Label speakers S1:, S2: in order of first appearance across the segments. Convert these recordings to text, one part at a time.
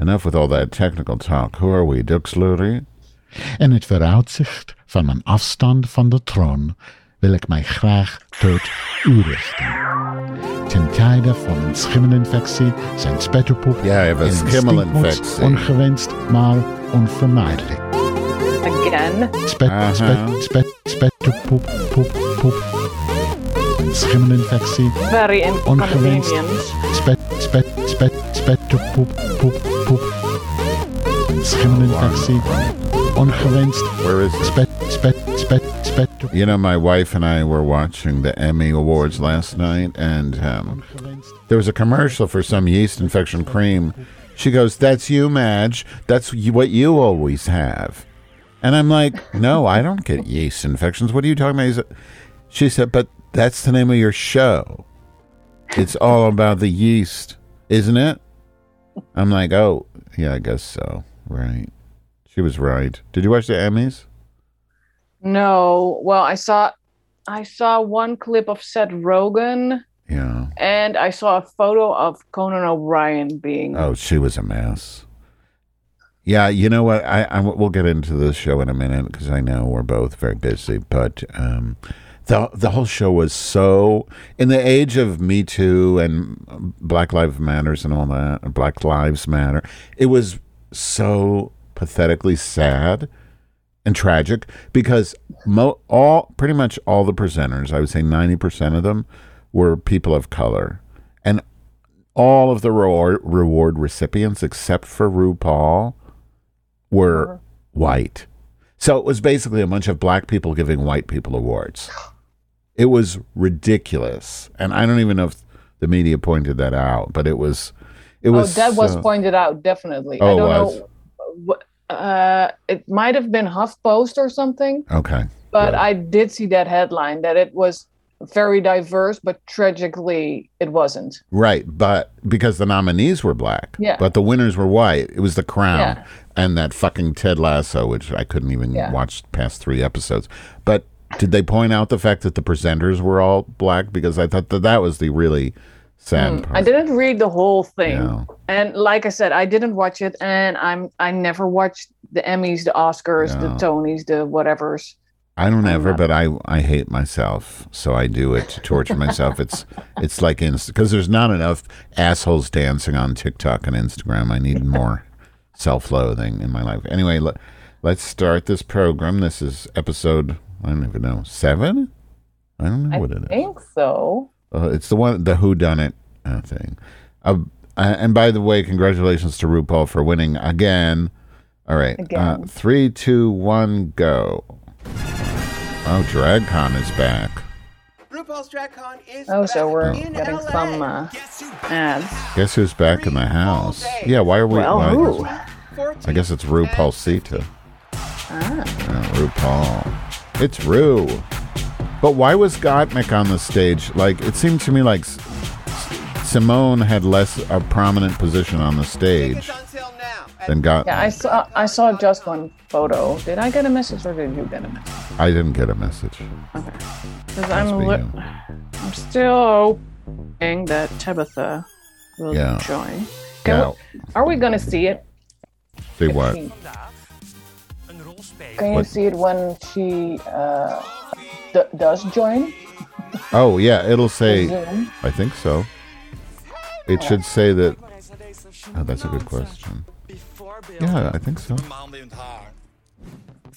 S1: Enough with all that technical talk. Who are we, Duxlury?
S2: En het vooruitzicht van mijn afstand van de troon wil ik mij graag tot u richten. Ten tijde van een schimmelinfectie zijn spetterpoep
S1: Ja, even
S2: en een
S1: schimmelinfectie.
S2: stinkmots ongewenst, maar onvermijdelijk.
S3: again.
S2: Spet,
S1: Aha.
S2: spet, spet, spetterpoep, poep, poep. Een schimmelinfectie,
S3: Very
S2: ongewenst,
S3: inconvenient.
S2: spet, spet, spet, spetterpoep, poep, poep. Een schimmelinfectie, ongewenst,
S1: Where is this?
S2: spet, spet, spet, spetterpoep.
S1: You know, my wife and I were watching the Emmy Awards last night, and um, there was a commercial for some yeast infection cream. She goes, That's you, Madge. That's you, what you always have. And I'm like, No, I don't get yeast infections. What are you talking about? He said- She said, But that's the name of your show. It's all about the yeast, isn't it? I'm like, Oh, yeah, I guess so. Right. She was right. Did you watch the Emmys?
S3: No. Well, I saw I saw one clip of Seth Rogen
S1: Yeah.
S3: and I saw a photo of Conan O'Brien being
S1: Oh, she was a mess. Yeah, you know what? I, I we'll get into this show in a minute because I know we're both very busy. But um, the the whole show was so in the age of Me Too and Black Lives Matters and all that, and Black Lives Matter. It was so pathetically sad and tragic because mo- all pretty much all the presenters, I would say ninety percent of them, were people of color, and all of the reward, reward recipients except for RuPaul
S3: Uh-huh.
S1: were white. So it was basically a bunch of black people giving white people awards. It was ridiculous, and I don't even know if the media pointed that out, but it was, it
S3: Oh,
S1: was.
S3: that was
S1: so-
S3: pointed out definitely.
S1: Oh,
S3: I don't
S1: was.
S3: know wh- uh it might have been HuffPost or something,
S1: okay.
S3: but
S1: Yeah.
S3: I did see that headline that it was very diverse but tragically it wasn't.
S1: Right, but because the nominees were black,
S3: Yeah.
S1: but the winners were white. It was The Crown
S3: Yeah.
S1: and that fucking Ted Lasso, which I couldn't even
S3: Yeah.
S1: watch past three episodes. But did they point out the fact that the presenters were all black? Because I thought that that was the really sad part.
S3: Hmm, I didn't read the whole thing.
S1: Yeah.
S3: And like I said, I didn't watch it and I'm I never watched the Emmys, the Oscars, the
S1: Yeah.
S3: Tonys, the whatevers.
S1: I don't ever, but I I hate myself, so I do it to torture myself. It's it's like inst because there's not enough assholes dancing on TikTok and Instagram. I need more self-loathing in my life. Anyway, let, let's start this program. This is episode I don't even know seven. I don't know what it
S3: I
S1: is.
S3: think so.
S1: Uh, it's the one, the Who Done It uh, thing. Uh, uh, and by the way, congratulations to RuPaul for winning again. All right, Uh,
S3: Again.
S1: three, two, one, go. Oh, DragCon is back.
S4: RuPaul's DragCon is
S3: Oh, so
S4: back
S3: we're
S4: in
S3: getting
S4: LA.
S3: some, uh,
S4: Guess who
S3: Ads.
S1: Guess who's back in the house? Yeah, why are we?
S3: Well,
S1: why-
S3: who?
S1: I guess it's RuPaul Sita.
S3: Ah.
S1: Yeah, RuPaul. It's Ru. But why was Gottmik on the stage? Like, it seemed to me like S- Simone had less a prominent position on the stage than Gottmik.
S3: Yeah, I saw I saw just one photo. Did I get a message or did you get a message?
S1: I didn't get a message.
S3: 'Cause I'm,
S1: Must be
S3: li-
S1: you.
S3: I'm still hoping that Tabitha will
S1: Yeah.
S3: join. Can
S1: Yeah.
S3: we- are we gonna see it?
S1: See what?
S3: Can you
S1: What?
S3: see it when she uh, d- does join?
S1: Oh yeah, it'll say.
S3: Zoom.
S1: I think so. It should say that. Oh, that's a good question. Yeah, I think so.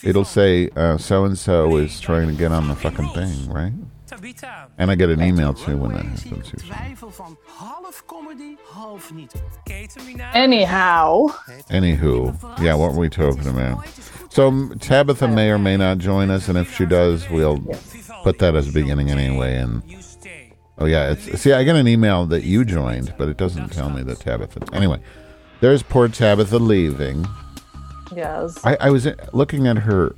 S1: It'll say uh, so and so is trying to get on the fucking thing, right?
S5: Tabita.
S1: And I get an email too when that
S5: Runway zie ik
S1: happens. usually.
S5: twijfel van half comedy, half niet. Ketamina.
S3: Anyhow,
S1: Anywho, yeah, what were we talking about? So m- Tabitha may or may not join us, and if she does, we'll put that as beginning anyway. And
S5: You stay.
S1: oh yeah, it's see, I get an email that you joined, but it doesn't tell me that Tabitha. Anyway, there's poor Tabitha leaving.
S3: yes.
S1: I, I was uh, looking at her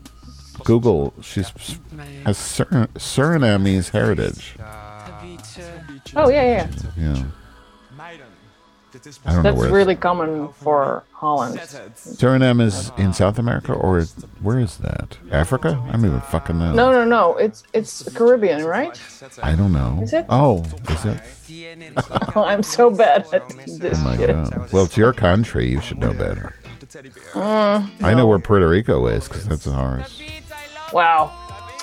S1: Google. She's has Sur- Surinamese heritage.
S3: Oh yeah, yeah.
S1: Yeah. I don't know
S3: That's
S1: where.
S3: really common for Holland.
S1: it's- Suriname is in South America, or is- where is that? Africa? I don't even fucking know.
S3: No, no, no. It's it's Caribbean, right?
S1: I don't know.
S3: Is it?
S1: Oh, is it?
S3: Oh, I'm so bad at this
S1: Oh My
S3: shit.
S1: God. Well, it's your country. You should know better. I know where Puerto Rico is because that's ours.
S3: Wow.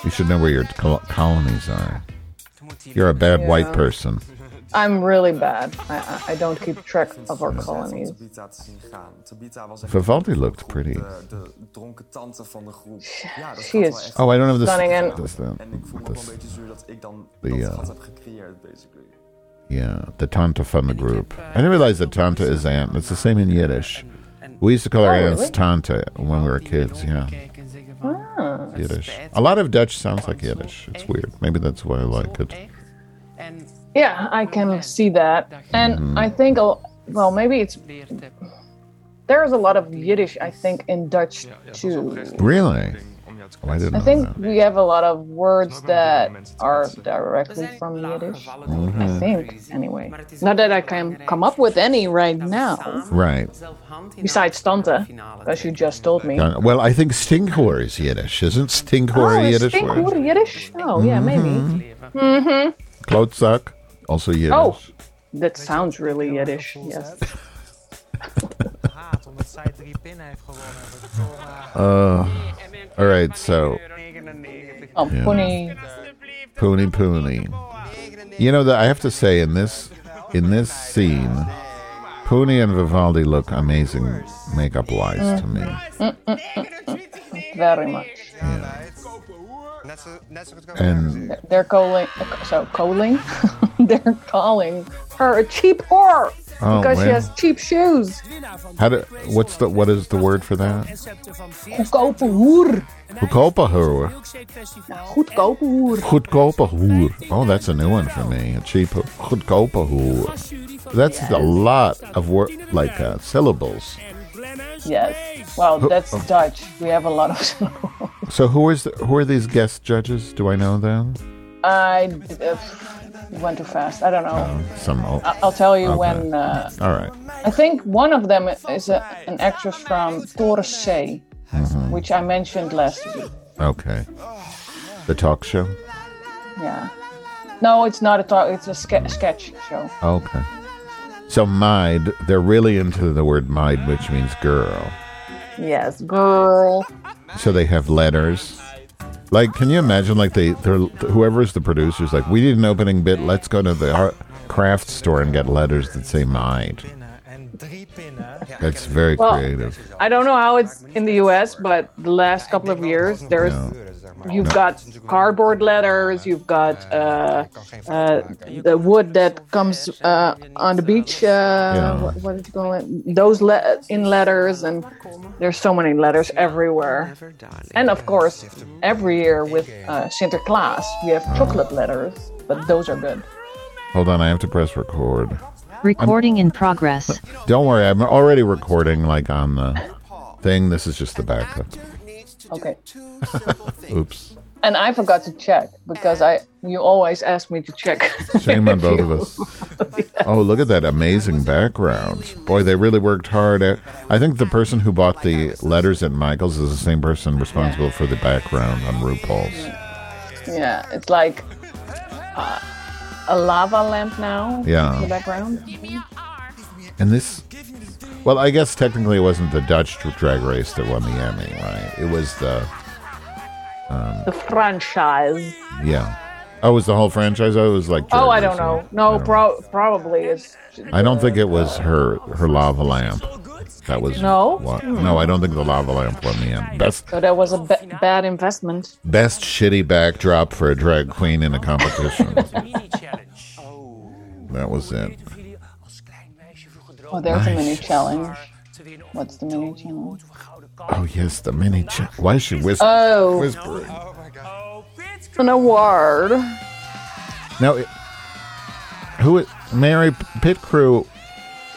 S1: You should know where your col- colonies are. You're a bad white person.
S3: I'm really bad. I, I I don't keep track of our colonies.
S6: Tabitha te zien gaan. Tabitha was echt
S1: Vivaldi looked pretty.
S6: de, eh, de dronken tante van de groep. Ja, dat
S3: she
S6: gaat wel
S3: is-
S6: echt.
S1: Oh, I don't have this.
S3: Stunning and-
S1: this,
S6: En ik voel
S1: uh,
S6: me ook wel een
S1: this-
S6: beetje zuur dat ik dan
S1: The,
S6: dat
S1: uh,
S6: gat heb gecreëerd, basically.
S1: yeah, the Tante from the group. I didn't realize that Tante is aunt. It's the same in Yiddish. We used to call our
S3: Oh,
S1: aunts
S3: really?
S1: Tante when we were kids. Yeah,
S3: Ah.
S1: Yiddish. A lot of Dutch sounds like Yiddish. It's weird. Maybe that's why I like it.
S3: Yeah, I can see that. And I think, a- well, maybe it's there's a lot of Yiddish. I think in Dutch too.
S1: Really? Oh, I didn't
S3: I
S1: know
S3: think
S1: that.
S3: we have a lot of words that are directly from Yiddish. I think, anyway. Not that I can come up with any right now.
S1: Right.
S3: Besides Tante, as you just told me.
S1: Uh, Well, I think Stinkhoor is Yiddish. Isn't Stinkhoor
S3: Oh,
S1: a
S3: is
S1: Yiddish Mm-hmm.
S3: Stinkhoer
S1: word?
S3: Yiddish? Oh, yeah, maybe.
S1: Klotzak, also Yiddish.
S3: Oh, that sounds really Yiddish. Yes.
S7: haat omdat zij drie pinnen heeft gewonnen. eh,
S1: All right, so
S3: Oh, Pony.
S1: Poony Poony. You know that I have to say in this in this scene, Poony and Vivaldi look amazing makeup wise to me.
S3: Very much.
S7: Net zo, net zo goed kan
S1: And
S3: They're calling. So calling. They're calling her a cheap whore
S1: oh,
S3: because she
S1: well,
S3: has cheap shoes.
S1: how do what's the what is the word for that?
S3: Goedkope hoer.
S1: Goedkope hoer.
S3: Goedkope hoer.
S1: Goedkope hoer. Oh, that's a new one for me. A cheap goedkope hoer. That's a lot of word like uh, syllables.
S3: Yes. Well, that's
S1: oh.
S3: Dutch. We have a lot of syllables.
S1: So who is the, who are these guest judges? Do I know them?
S3: I uh, went too fast. I don't know.
S1: Some old,
S3: I- I'll tell you
S1: Oh. Okay.
S3: when. Uh,
S1: all right.
S3: I think one of them is a, an actress from Torres C, which I mentioned last week.
S1: Okay. The talk show.
S3: Yeah. No, it's not a talk. It's a ske- sketch show.
S1: Okay. So "mide," they're really into the word "mide," which means girl.
S3: Yes, girl.
S1: So they have letters. Like, can you imagine? Like they, they're whoever's the producer's like, we need an opening bit. Let's go to the art craft store and get letters that say "mide."
S7: winnen. En drie pinnen. Ja,
S1: That's very
S3: Well-
S1: creative.
S3: I don't know how it's in the U.S., but the last couple of years, there's
S7: zeg maar.
S3: you've got cardboard letters, you've got uh, uh, the wood that comes uh, on the beach. Uh, what, what did you call it? Those le- in letters, and there's so many letters everywhere. And of course, every year with uh, Sinterklaas, we have chocolate letters, but those are good.
S1: Hold on, I have to press record.
S8: Recording in progress.
S1: Don't worry, I'm already recording. Like on the thing. This is just the backup.
S3: Okay.
S1: Oops.
S3: And I forgot to check because I you always ask me to check.
S1: Shame on both of us. Oh, look at that amazing background. Boy, they really worked hard. At, I think the person who bought the letters at Michael's is the same person responsible for the background on RuPaul's.
S3: Yeah, it's like uh, a lava lamp now in the
S1: Yeah.
S3: background.
S1: And this, well, I guess technically it wasn't the Dutch drag race that won the Emmy, right? It was the,
S3: The franchise.
S1: yeah. Oh, it was the whole franchise? Oh, it was like. drag
S3: Oh, I don't
S1: racing.
S3: know. No,
S1: I don't
S3: pro- probably it's.
S1: I don't think it was her her lava lamp. That was
S3: No?
S1: what- no, I don't think the lava lamp won the Emmy. Best
S3: So that was a ba- bad investment.
S1: best shitty backdrop for a drag queen in a competition.
S5: Mini-challenge.
S1: that was it.
S5: Voor jullie als klein meisje vroeger
S3: Oh,
S5: droomde
S3: there's a
S1: Nice.
S3: mini challenge.
S5: te winnen op
S3: What's the mini challenge?
S5: een gouden kalf.
S1: Oh yes, the mini. Cha- Why is she whis-
S3: Oh,
S1: whispering?
S5: Oh, Frits
S3: an award.
S1: Now, it, who? i- Mary Pit Crew?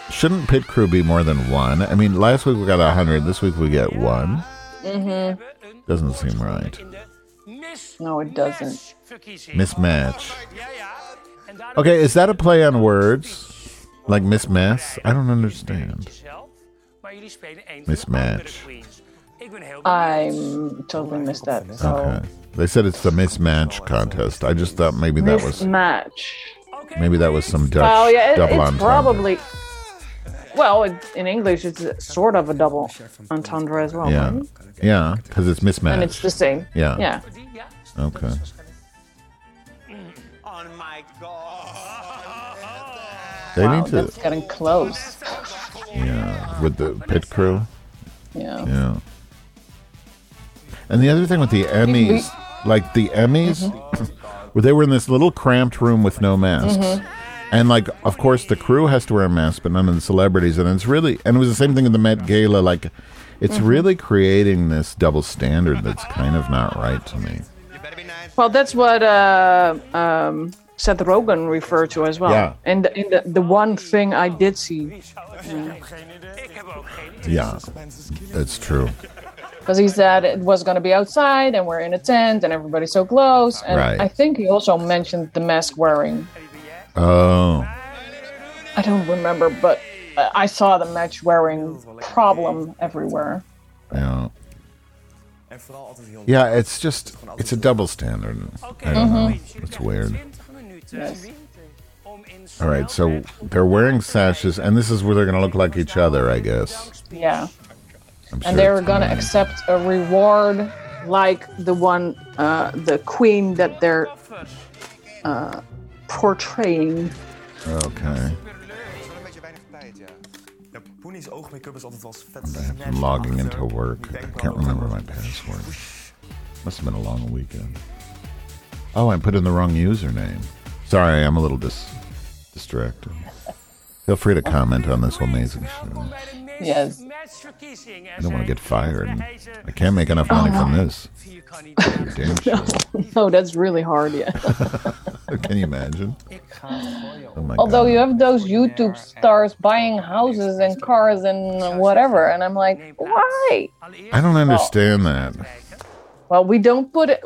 S1: Shouldn't Pit Crew be more than one? I mean, last week we got a hundred. This week we get one.
S5: een
S1: Doesn't seem right.
S5: in de Miss
S3: No, it doesn't.
S5: Match verkiezing.
S1: Mismatch.
S5: Ja, ja. En daarom
S1: Okay, is that a play on words? Like mismatch? I don't understand.
S5: Maar jullie spelen één
S1: Mismatch.
S5: queens. Ik ben heel
S3: I'm totally missed that. So
S1: Okay. They said it's the mismatch contest. I just thought maybe that was
S3: mismatch.
S1: maybe that was some Dutch
S3: Well, Oh, yeah, it,
S1: double
S3: it's
S1: entendre.
S3: probably. Well, it, in English, it's a sort of a double entendre as well.
S1: yeah,
S3: right?
S1: yeah, because it's mismatch.
S3: And it's the same.
S1: Yeah.
S3: Yeah.
S1: okay.
S7: Oh my god.
S1: They
S3: Wow,
S1: need to
S3: that's getting close.
S1: yeah with the pit crew.
S3: Yeah.
S1: Yeah. And the other thing with the Emmys, like the Emmys,
S3: Mm-hmm.
S1: where they were in this little cramped room with no masks.
S3: Mm-hmm.
S1: And like, of course, the crew has to wear a mask, but none of the celebrities. And it's really, and it was the same thing at the Met Gala. Like, it's
S3: Mm-hmm.
S1: really creating this double standard that's kind of not right to me.
S7: You better be nice.
S3: Well, that's what uh, um, Seth Rogen referred to as well.
S1: Yeah.
S3: And in the, the one thing I did see,
S5: Ik heb ook geen idee.
S1: Yeah, that's true.
S3: because he said it was going to be outside and we're in a tent and everybody's so close. And
S1: Right.
S3: I think he also mentioned the mask wearing.
S1: Oh,
S3: I don't remember, but uh, I saw the match wearing problem everywhere.
S1: yeah.
S6: En vooral altijd heel
S1: Yeah, it's just, it's a double standard. I don't know.
S5: Mm-hmm.
S1: It's weird.
S3: Yes.
S1: All right, so they're wearing sashes, and this is where they're going to look like each other, I guess.
S3: Yeah.
S1: I'm sure
S3: And they were
S1: it's
S3: going to
S1: fine.
S3: accept a reward like the one, uh, the queen that they're uh, portraying.
S1: Okay.
S7: Wel een beetje weinig tijd, ja.
S6: Ja, Poenies oogmake-up is altijd wel vet.
S1: I'm logging into work. I can't remember my password. Must have been a long weekend. Oh, I put in the wrong username. Sorry, I'm a little dis- distracted. Feel free to comment on this amazing show.
S3: Yes.
S5: I
S1: I don't want to get fired. I can't make enough money from this. Damn show.
S3: Oh, that's really hard, yeah.
S1: Can you imagine? Oh my
S3: Although
S1: God.
S3: you have those YouTube stars buying houses and cars and whatever, and I'm like, why?
S1: I don't understand that.
S3: Well, we don't put it.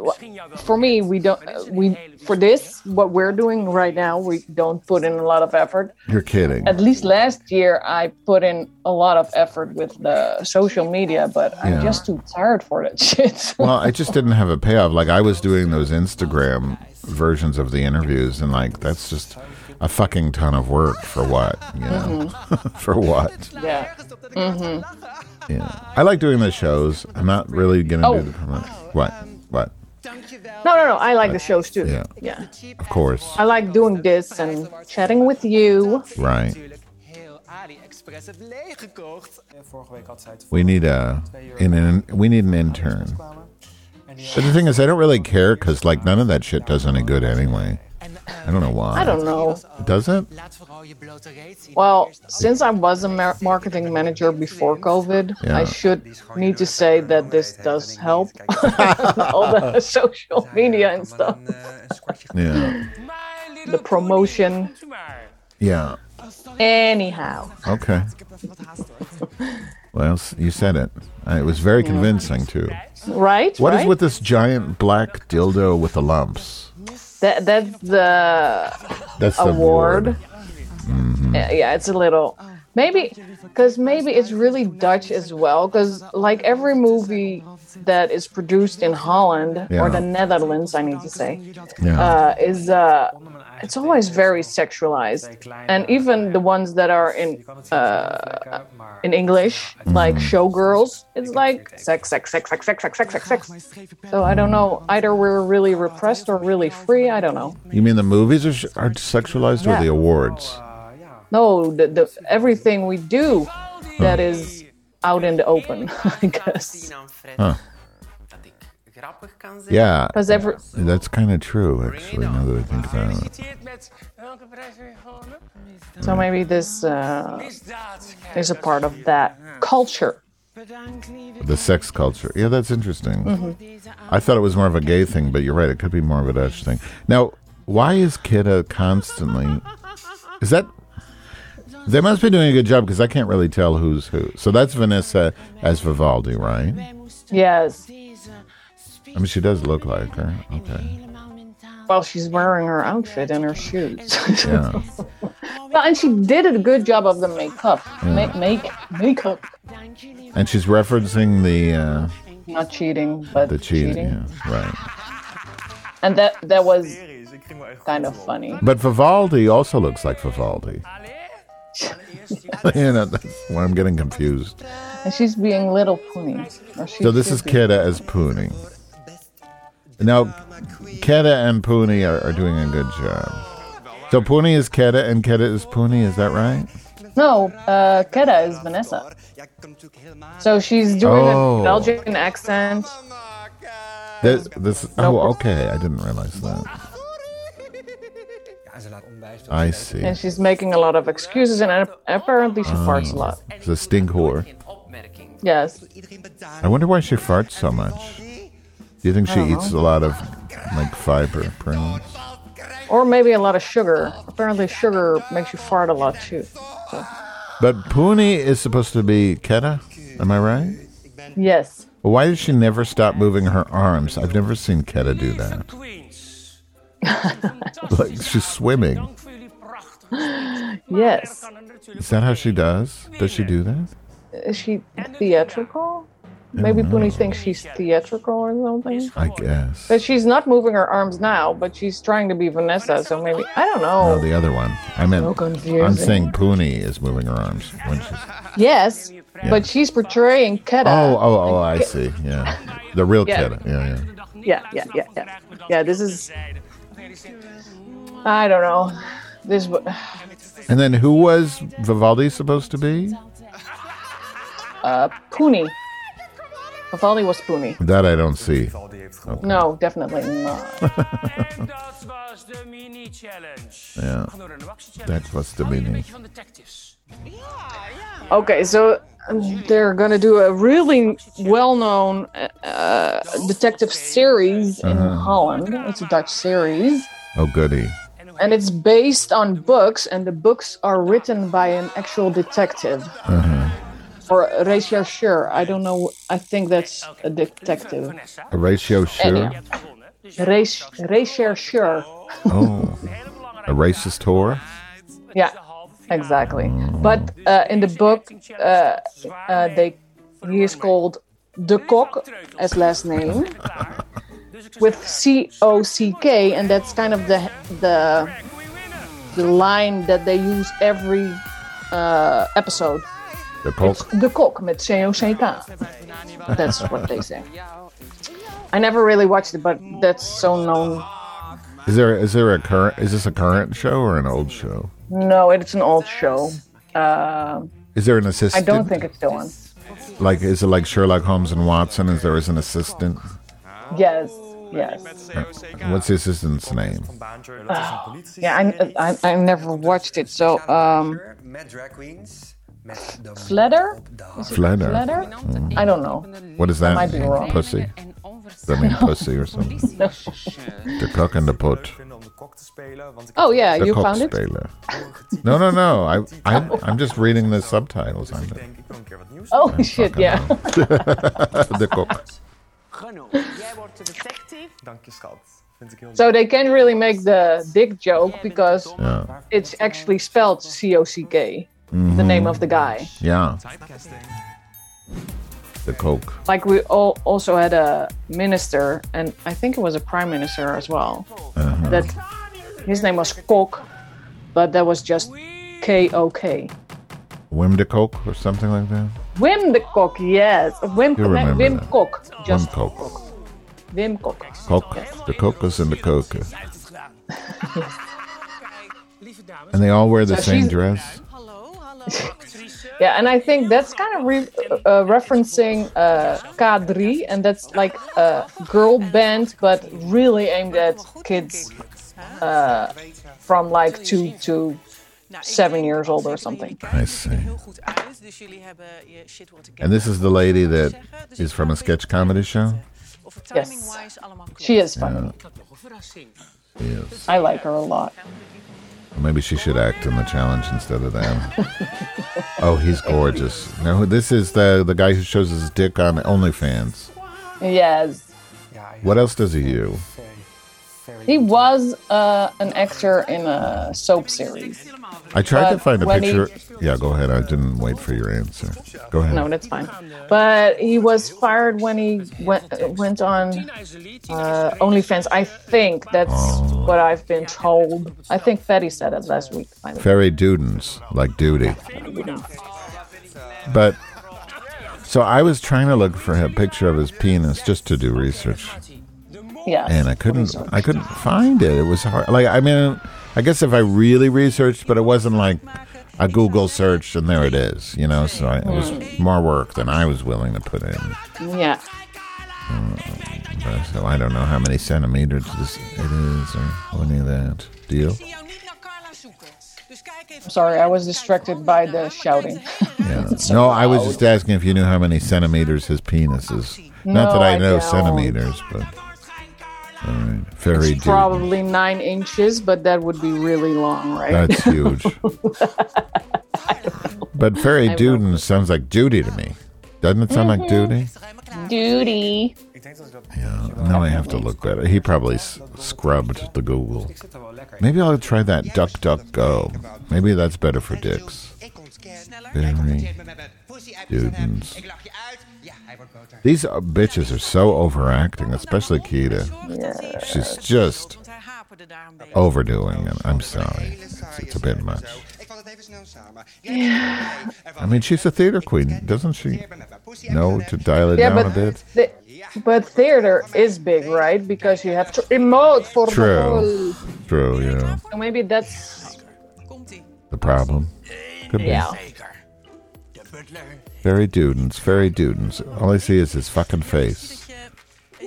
S3: For me, we don't. uh, we for this what we're doing right now, we don't put in a lot of effort.
S1: You're kidding.
S3: At least last year, I put in a lot of effort with the social media, but
S1: Yeah.
S3: I'm just too tired for that shit.
S1: well, I just didn't have a payoff. Like I was doing those Instagram versions of the interviews, and like that's just a fucking ton of work for what, you know,
S3: Mm-hmm.
S1: for what.
S3: yeah. Mhm.
S1: Yeah, I like doing the shows. I'm not really gonna
S3: Oh.
S1: do the promotion. What? What?
S3: No, no, no. I like the shows too.
S1: Yeah.
S3: yeah.
S1: Of course.
S3: I like doing this and chatting with you.
S1: Right.
S7: Heel AliExpress heeft leeggekocht.
S6: Eh, Vorige week had zij het
S1: We need a in an we need an intern. But the thing is, I don't really care because like none of that shit does any good anyway. I don't know why.
S3: I don't know.
S1: Does it?
S7: Laat vooral je blote reet zien.
S3: Well, since I was a mar- marketing manager before COVID,
S1: Yeah.
S3: I should need to say that this does help. All the social media and stuff,
S1: Yeah.
S3: the promotion.
S1: Yeah.
S3: Anyhow,
S1: Okay. Well, s- you said it. Uh, It was very convincing too.
S3: right?
S1: What is
S3: right?
S1: with this giant black dildo with the lumps?
S3: that? That's the
S1: That's the
S3: award.
S1: word. Mm-hmm.
S3: Yeah, yeah, it's a little. Maybe, because maybe it's really Dutch as well. Because, like, every movie that is produced in Holland or
S1: Yeah.
S3: the Netherlands, I need to say,
S1: Yeah.
S3: uh, is uh, it's always very sexualized. And even the ones that are in uh, in English, like
S1: Mm-hmm.
S3: Showgirls, it's like sex, sex, sex, sex, sex, sex, sex, sex, sex. So I don't know. Either we're really repressed or really free. I don't know.
S1: you mean the movies are, sh- are sexualized or
S3: Yeah.
S1: the awards?
S3: No, the, the everything we do that is out in the open, I guess.
S5: Dat ik grappig kan zijn.
S1: Yeah.
S3: Because every
S1: That's kind of true, actually, now that I think about it.
S5: Gefeliciteerd met
S1: Uh,
S5: welke prijs heb je gewonnen?
S3: so maybe this uh,
S5: Misdaad. Kijk,
S3: is a
S5: dat
S3: part
S5: zie
S3: of
S5: je.
S3: that culture.
S5: Bedankt, lieve.
S1: The sex culture. Yeah, that's interesting.
S3: Mm-hmm.
S1: I thought it was more of a gay thing, but you're right. It could be more of a Dutch thing. Now, why is Kidda constantly. Is that. They must be doing a good job because I can't really tell who's who. So that's Vanessa as Vivaldi, right?
S3: Yes.
S1: I mean, she does look like her. Okay.
S3: Well, she's wearing her outfit and her shoes.
S1: Yeah.
S3: Well, and she did a good job of the makeup. Ma- make makeup,
S1: And she's referencing the uh,
S3: not cheating, but
S1: the cheating.
S3: cheating.
S1: Yeah, right.
S3: And that that was
S6: Serieus, ik ging wel echt
S3: kind
S6: goed
S3: of
S6: op.
S3: funny.
S1: But Vivaldi also looks like Vivaldi. you know, that's where I'm getting confused.
S3: And she's being little puny. Or she
S1: So this
S3: should
S1: is
S3: be.
S1: Keda as Puni. Now, Keda and Puni are, are doing a good job. So Puni is Keda and Keda is Puni, is that right?
S3: No, uh, Keda is Vanessa. So she's doing
S1: Oh.
S3: a Belgian accent.
S1: This, this, oh, okay, I didn't realize that.
S5: Ja, ze laat ontwijs tot
S1: I see.
S3: And she's making a lot of excuses, and ap- apparently she farts
S1: Ah.
S3: a lot.
S1: It's a Hmm. stink whore.
S5: geen opmerking.
S3: Yes.
S1: I wonder why she farts so much. Do you think she eats a lot of like fiber prunes?
S3: Or maybe a lot of sugar. Apparently, sugar makes you fart a lot too.
S1: But Puni is supposed to be Keda, am I right?
S3: Yes.
S1: But why does she never stop moving her arms? I've never seen Keda do
S5: Lieve
S1: that.
S5: Queens.
S1: Like she's swimming.
S5: Dank voor jullie prachtige lied. Maar
S3: Yes.
S5: er kan er natuurlijk
S1: Is that how she does? Does she do that?
S3: Is she theatrical? Maybe
S1: Mm-hmm.
S3: Puni thinks she's theatrical or something.
S1: I guess.
S3: But she's not moving her arms now, but she's trying to be Vanessa, so maybe I don't
S1: No,
S3: know.
S1: the other one. I meant.
S3: So confusing.
S1: I'm saying Puni is moving her arms. When she's,
S3: Yes, but she's portraying Keda.
S1: oh, oh, oh! I see. Yeah, the real
S3: Yeah.
S1: Keda. Yeah, yeah.
S5: de dag niet
S3: Yeah,
S5: uit,
S3: yeah,
S5: maar
S3: yeah,
S5: vandaag
S3: yeah.
S5: bedankt
S3: Yeah, this
S5: voor de
S3: is-
S5: zijde. Gefeliciteerd.
S3: I don't know. This wa-
S1: And then who was Vivaldi supposed to be?
S3: Puni. Vivaldi was Puni.
S1: That I don't see.
S6: Vivaldi heeft gewonnen.
S3: No, definitely not.
S5: En dat was de mini-challenge.
S1: Ja.
S5: We gaan door naar de waxen-challenge.
S1: Dat was de
S5: Hou jullie
S1: mini.
S5: een beetje van de tactics.
S3: Okay, so um, they're gonna do a really well-known uh, detective series in Holland. It's a Dutch series.
S1: Oh, goody.
S3: and it's based on books and the books are written by an actual detective or a rechercheur i don't know i think that's a detective
S5: Vanessa,
S1: A ratio
S3: Anyhow.
S1: sure.
S5: je hebt gewonnen. Dus je
S3: Rech- rechercheur
S1: Oh,
S5: hebt een hele belangrijke
S1: a racist whore.
S3: yeah exactly but uh, in the book uh, uh, they he is called de kok as last name
S5: klaar. Dus ik zou
S3: with c-o-c-k and that's kind of the the
S5: zeggen, we winnen.
S3: the line that they use every uh, episode
S1: The Coke.
S3: The Cock met C-O-C-K. That's what they say. I never really watched it, but that's so known.
S1: Is there is there a current? Is this a current show or an old show?
S3: No, it's an old show. Um
S1: Is there an
S3: I
S1: assistant?
S3: don't think it's still on.
S1: Like is it like Sherlock Holmes and Watson? Is there is an assistant?
S3: Yes, yes.
S1: What's the assistant's name?
S6: Van Baantje, dat is een politie
S3: Yeah, I, I, I never watched it. So, um,
S9: Met drag queens. Met de
S3: Flatter?
S1: Flanner.
S3: Flatter? I don't know.
S1: What does that
S3: might be
S1: mean?
S3: wrong.
S1: Pussy. Does that mean pussy or something? The cock and the
S6: leuk
S1: put.
S6: vinden om de kok te spelen. Want ik
S3: Oh,
S6: heb
S3: yeah,
S1: The
S3: you
S1: cock
S3: found it?
S1: spelen.
S6: heel getypt.
S1: No, no, no. I, I'm, I'm just reading the subtitles.
S6: Dus
S1: I'm
S6: ik denk, ik wil een keer wat nieuws.
S3: Oh, shit, yeah.
S1: the cook.
S10: Genoeg. Jij wordt de detective.
S6: Dank je, schat. Vind ik heel leuk.
S3: So they can't really make the dick joke because
S1: Yeah. Mm-hmm.
S3: it's actually spelled C-O-C-K, the name of the guy.
S1: Yeah.
S6: Typecasting.
S1: The coke.
S3: like we all also had a minister and i think it was a prime minister as well
S1: Uh-huh.
S3: that his name was kok but that was just k-o-k
S1: Wim de coke or something like that.
S3: wim the kok yes wim
S1: You remember
S3: wim
S1: that.
S3: kok just
S1: Wim coke.
S3: wim kok
S1: Coke. The coke is in the coke.
S5: Uit het gedaan. Kijk, lieve dames,
S1: And they all wear the
S3: So
S1: same
S3: she's-
S1: dress.
S5: actrice.
S3: yeah and i think that's kind of re- uh, referencing uh, k3 and that's like a girl band but really aimed at kids uh, from like two to seven years old or something
S1: I see.
S10: Goed uit, dus jullie hebben je shit wordt
S1: And this is the lady that is from a sketch comedy show. Uh,
S10: Of het
S3: Yes.
S10: timing-wise allemaal klopt.
S3: she is funny
S5: Ik had nog een verrassing.
S1: Yes.
S3: i like her a lot
S1: Maybe she should act in the challenge instead of them. oh, he's gorgeous. No, this is the the guy who shows his dick on OnlyFans.
S3: Yes.
S6: Ja, ja.
S1: What else does he do?
S6: Very, very
S3: He was uh, an actor in a soap series.
S1: I tried to
S3: But
S1: find a
S3: when he-
S1: picture. yeah, go ahead. I didn't wait for your answer. Go ahead.
S3: No, that's fine. But he was fired when he went went on uh, OnlyFans. I think that's what I've been told. I think Fetty said it last week. I don't
S1: Ferry Dudens, like duty.
S3: know.
S1: But so I was trying to look for a picture of his penis just to do research,
S3: Yeah.
S1: and I couldn't. I couldn't find it. It was hard. Like I mean, I guess if I really researched, but it wasn't like a Google search and there it is. You know, so I, it was more work than I was willing to put in.
S3: Yeah.
S1: Uh, So I don't know how many centimeters this it is or any of that deal.
S3: I'm sorry, I was distracted by the shouting.
S1: Yeah. No, I was just asking if you knew how many centimeters his penis is. Not that
S3: No,
S1: I
S3: I
S1: know
S3: don't.
S1: centimeters, but all right. very deep.
S3: Probably nine inches, but that would be really long, right?
S1: That's huge. but Ferry Duden sounds like Judy to me. Doesn't it sound like
S3: Mm-hmm.
S1: Judy?
S3: Duty.
S6: Ik denk dat ik dat...
S1: Yeah. Now I have to look better. He probably s- scrubbed the Google.
S6: Ik zit er wel lekker in.
S1: Maybe I'll try that DuckDuckGo. Maybe that's better for dicks.
S7: Ik ontken.
S1: Very
S7: Confronteert me met mijn pussy-apps aan hem.
S1: Dudens.
S7: Ik lach je uit. Ja, hij wordt boter.
S1: These uh, bitches are so overacting, especially Keita. She's just
S10: Want hij haperde daar een beetje.
S1: overdoing it. I'm sorry. It's, it's a bit much.
S7: Ik vat het even snel samen. Ja.
S1: I mean, she's a theater queen, doesn't she? No, to dial it
S3: Yeah,
S1: down a
S3: but
S1: bit.
S3: the, but theater is big, right? Because you have to emote for the
S1: True.
S3: whole.
S1: True, yeah.
S3: So maybe that's
S10: Komt-ie.
S1: The problem. Could be.
S3: yeah.
S5: Zeker. De butler.
S1: Fairy Dudens, Fairy Dudens. All I see is his fucking face.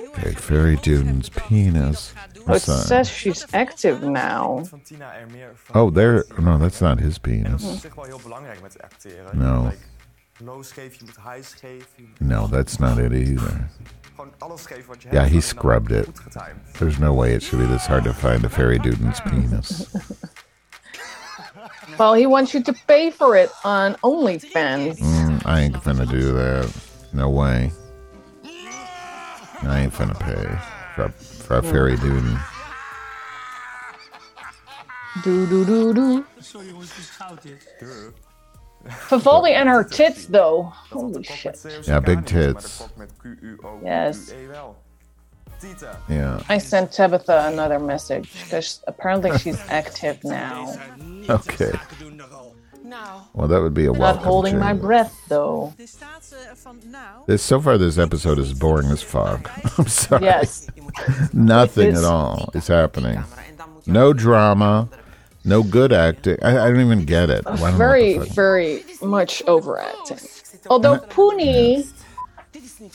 S1: Okay, Fairy Dudens penis.
S3: Oh, It
S1: What's that?
S3: says she's active now.
S6: Van Tina er meer van...
S1: Oh, there. No, that's not his
S6: Dat is
S1: penis.
S6: zich wel heel belangrijk met acteren.
S1: Nou.
S6: Like, low scheef, je moet high scheef. Je moet
S1: No, that's not it either.
S6: gewoon alles geven wat je
S1: Ja, he
S6: hebt. en dan
S1: scrubbed it.
S6: Goed getimed.
S1: There's no way it should be this hard to find a Fairy Dudens penis.
S3: Well, he wants you to pay for it on OnlyFans.
S1: Mm, I ain't finna do that. No way. I ain't finna pay for a, for a fairy dude.
S3: Do do do do.
S5: Sorry jongens, het is goud dit.
S3: Favoli and her tits, though. Holy
S6: Kok met
S3: shit.
S6: COCK
S1: Ja, big
S6: niet, maar
S1: tits.
S6: de kok met Q-U-O-Q-E
S3: Yes.
S6: E wel. Tieten.
S1: Yeah.
S3: I sent Tabitha another message because apparently she's active now.
S1: Okay.
S10: Nou,
S1: Well, that would be a
S3: Not
S1: welcome.
S3: holding my
S1: change.
S3: breath, though.
S10: de staat ze van nou.
S1: This so far, this episode is boring as fuck. I'm sorry.
S3: Yes.
S1: Nothing
S3: It's-
S1: at all is happening. No drama. No good acting. I, I don't even get it. I don't know what the
S3: very,
S1: fuck-
S3: very much overacting. Although Puni,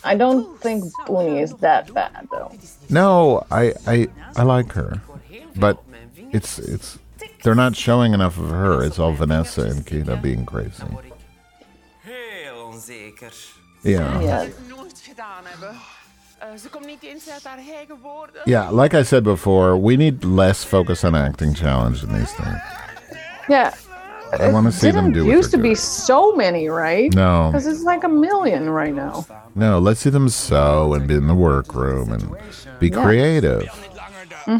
S3: I don't think Puni is that bad though.
S1: No, I, I I like her, but it's it's they're not showing enough of her. It's all Vanessa and Keita being crazy.
S5: Heel onzeker.
S1: Yeah,
S3: Yeah,
S10: Nooit gedaan hebben. Eh, ze komt niet eens uit haar eigen woorden.
S1: yeah. Like I said before, we need less focus on acting challenge in these things.
S3: yeah.
S1: I want to see them
S3: Didn't
S1: do. what
S3: used to
S1: they're
S3: be so many, right?
S1: No.
S3: because it's like a million right now.
S1: doing. No, let's see them sew and be in the workroom and be creative,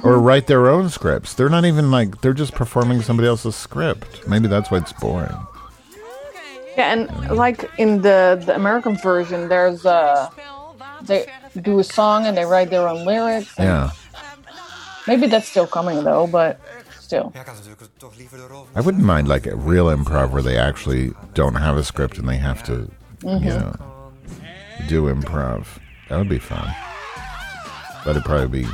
S1: or write their own scripts. They're not even like they're just performing somebody else's script. Maybe that's why it's boring.
S3: Yeah, and like in the the American version, there's uh they do a song and they write their own lyrics. and-
S1: Yeah,
S3: Maybe that's still coming though, but still.
S9: Ja, ik had natuurlijk toch liever de rol van
S1: I wouldn't mind like a real improv where they actually don't have a script and they have to, you know, do improv. That would be fun. That'd probably be.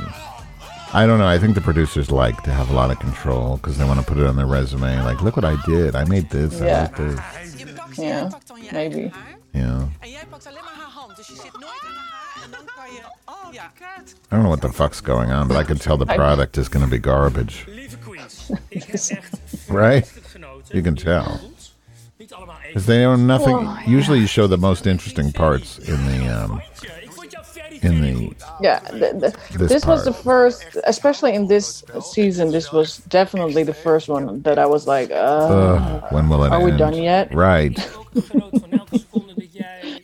S1: I don't know. I think the producers like to have a lot of control because they want to put it on their resume. Like, look what I did. I made this.
S3: Yeah.
S1: I did this.
S10: Je pakt,
S3: Ja,
S10: jij pakt dan je eigen
S3: maybe.
S10: haar.
S1: Yeah.
S10: En jij pakt alleen maar haar hand. Dus je zit nooit aan haar haar. En dan kan je... Oh, ja.
S1: I don't know what the fuck's going on, but I can tell the product is going to be garbage,
S5: Lieve Queens, ik heb echt
S1: right?
S5: vreselijk genoten.
S1: You can tell.
S5: Niet allemaal even.
S1: Because they know nothing.
S3: Oh, yeah.
S1: Usually, you show the most interesting parts in the um,
S5: Ik vond jou very,
S1: in
S5: very
S1: the
S5: goed.
S3: Yeah, th- th-
S1: This
S3: this, was the
S1: part.
S3: first, especially in this season. This was definitely the first one that I was like, uh,
S1: Ugh, when will it
S3: Are we
S1: end?
S3: done yet?
S1: Right.
S5: Ook genoten van elke seconde dat jij...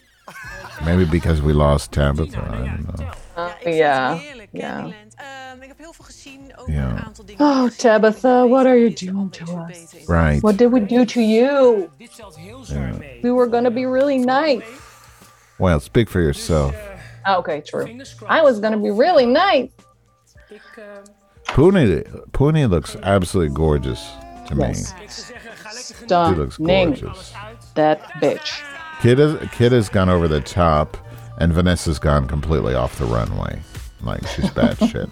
S1: Maybe because we lost Tabitha. I
S5: Nou,
S1: don't know.
S5: vertel.
S10: Ja, ik vind
S3: ja,
S10: het heerlijk.
S3: ja.
S10: Candyland. Ehm, ik heb heel veel gezien ook een aantal dingen.
S3: Oh, Tabitha, what are you doing to us?
S1: Right.
S3: What did we do to you?
S5: Dit telt heel zwaar mee.
S3: We were gonna be really nice.
S1: Well, speak for yourself.
S3: Oh, okay, true. I was gonna be really nice.
S5: Ik, eh,
S1: Puni, Puni looks absolutely gorgeous to me.
S3: Yes. Uh,
S5: ik zou zeggen, ga lekker genieten.
S1: She looks
S3: Stunning.
S1: gorgeous.
S3: That bitch.
S1: Kid is, Kid has gone over the top, and Vanessa's gone completely off the runway. Like she's batshit.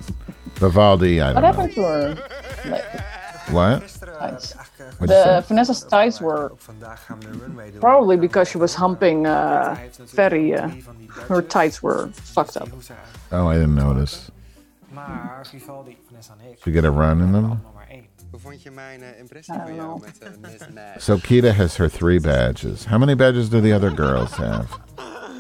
S1: Vivaldi, I
S3: What
S1: don't
S3: happened
S1: know
S3: to her?
S1: what. What'd you
S3: The
S1: say?
S3: Vanessa's thighs were
S9: Vandaag gaan we de runway doen.
S3: probably because she was humping uh,
S9: Hij heeft natuurlijk
S3: Ferry. Uh,
S9: drie van die
S3: her
S9: Dutchers.
S3: tights were fucked up.
S9: Hoe ze eigenlijk-
S1: Oh, I didn't notice.
S9: Maar Vivaldi, Vanessa en ik.
S1: You get a run in them.
S9: Nummer één.
S7: Hoe vond je mijn eh, impressie van jou met eh, Miss Nash?
S1: So Kita has her three badges. How many badges do the other girls have?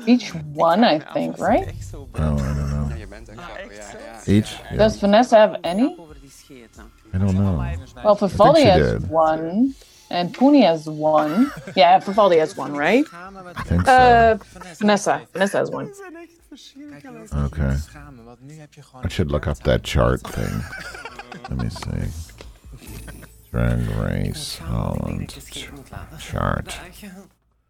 S3: Each one, I think, right?
S1: Oh, I don't know.
S7: Nou, je bent een grap, ja, ja.
S1: Each? Yeah.
S3: Does Vanessa have any?
S10: Over die scheet dan.
S1: I don't know.
S3: Well, Vivaldi
S1: she
S3: has
S1: did.
S3: one, and Puni has one. Yeah, Vivaldi has one, right?
S1: I think so.
S3: Uh, Vanessa. Vanessa has one. Uh,
S1: Okay. I should look up that chart thing. Let me see. Drag Race Holland chart.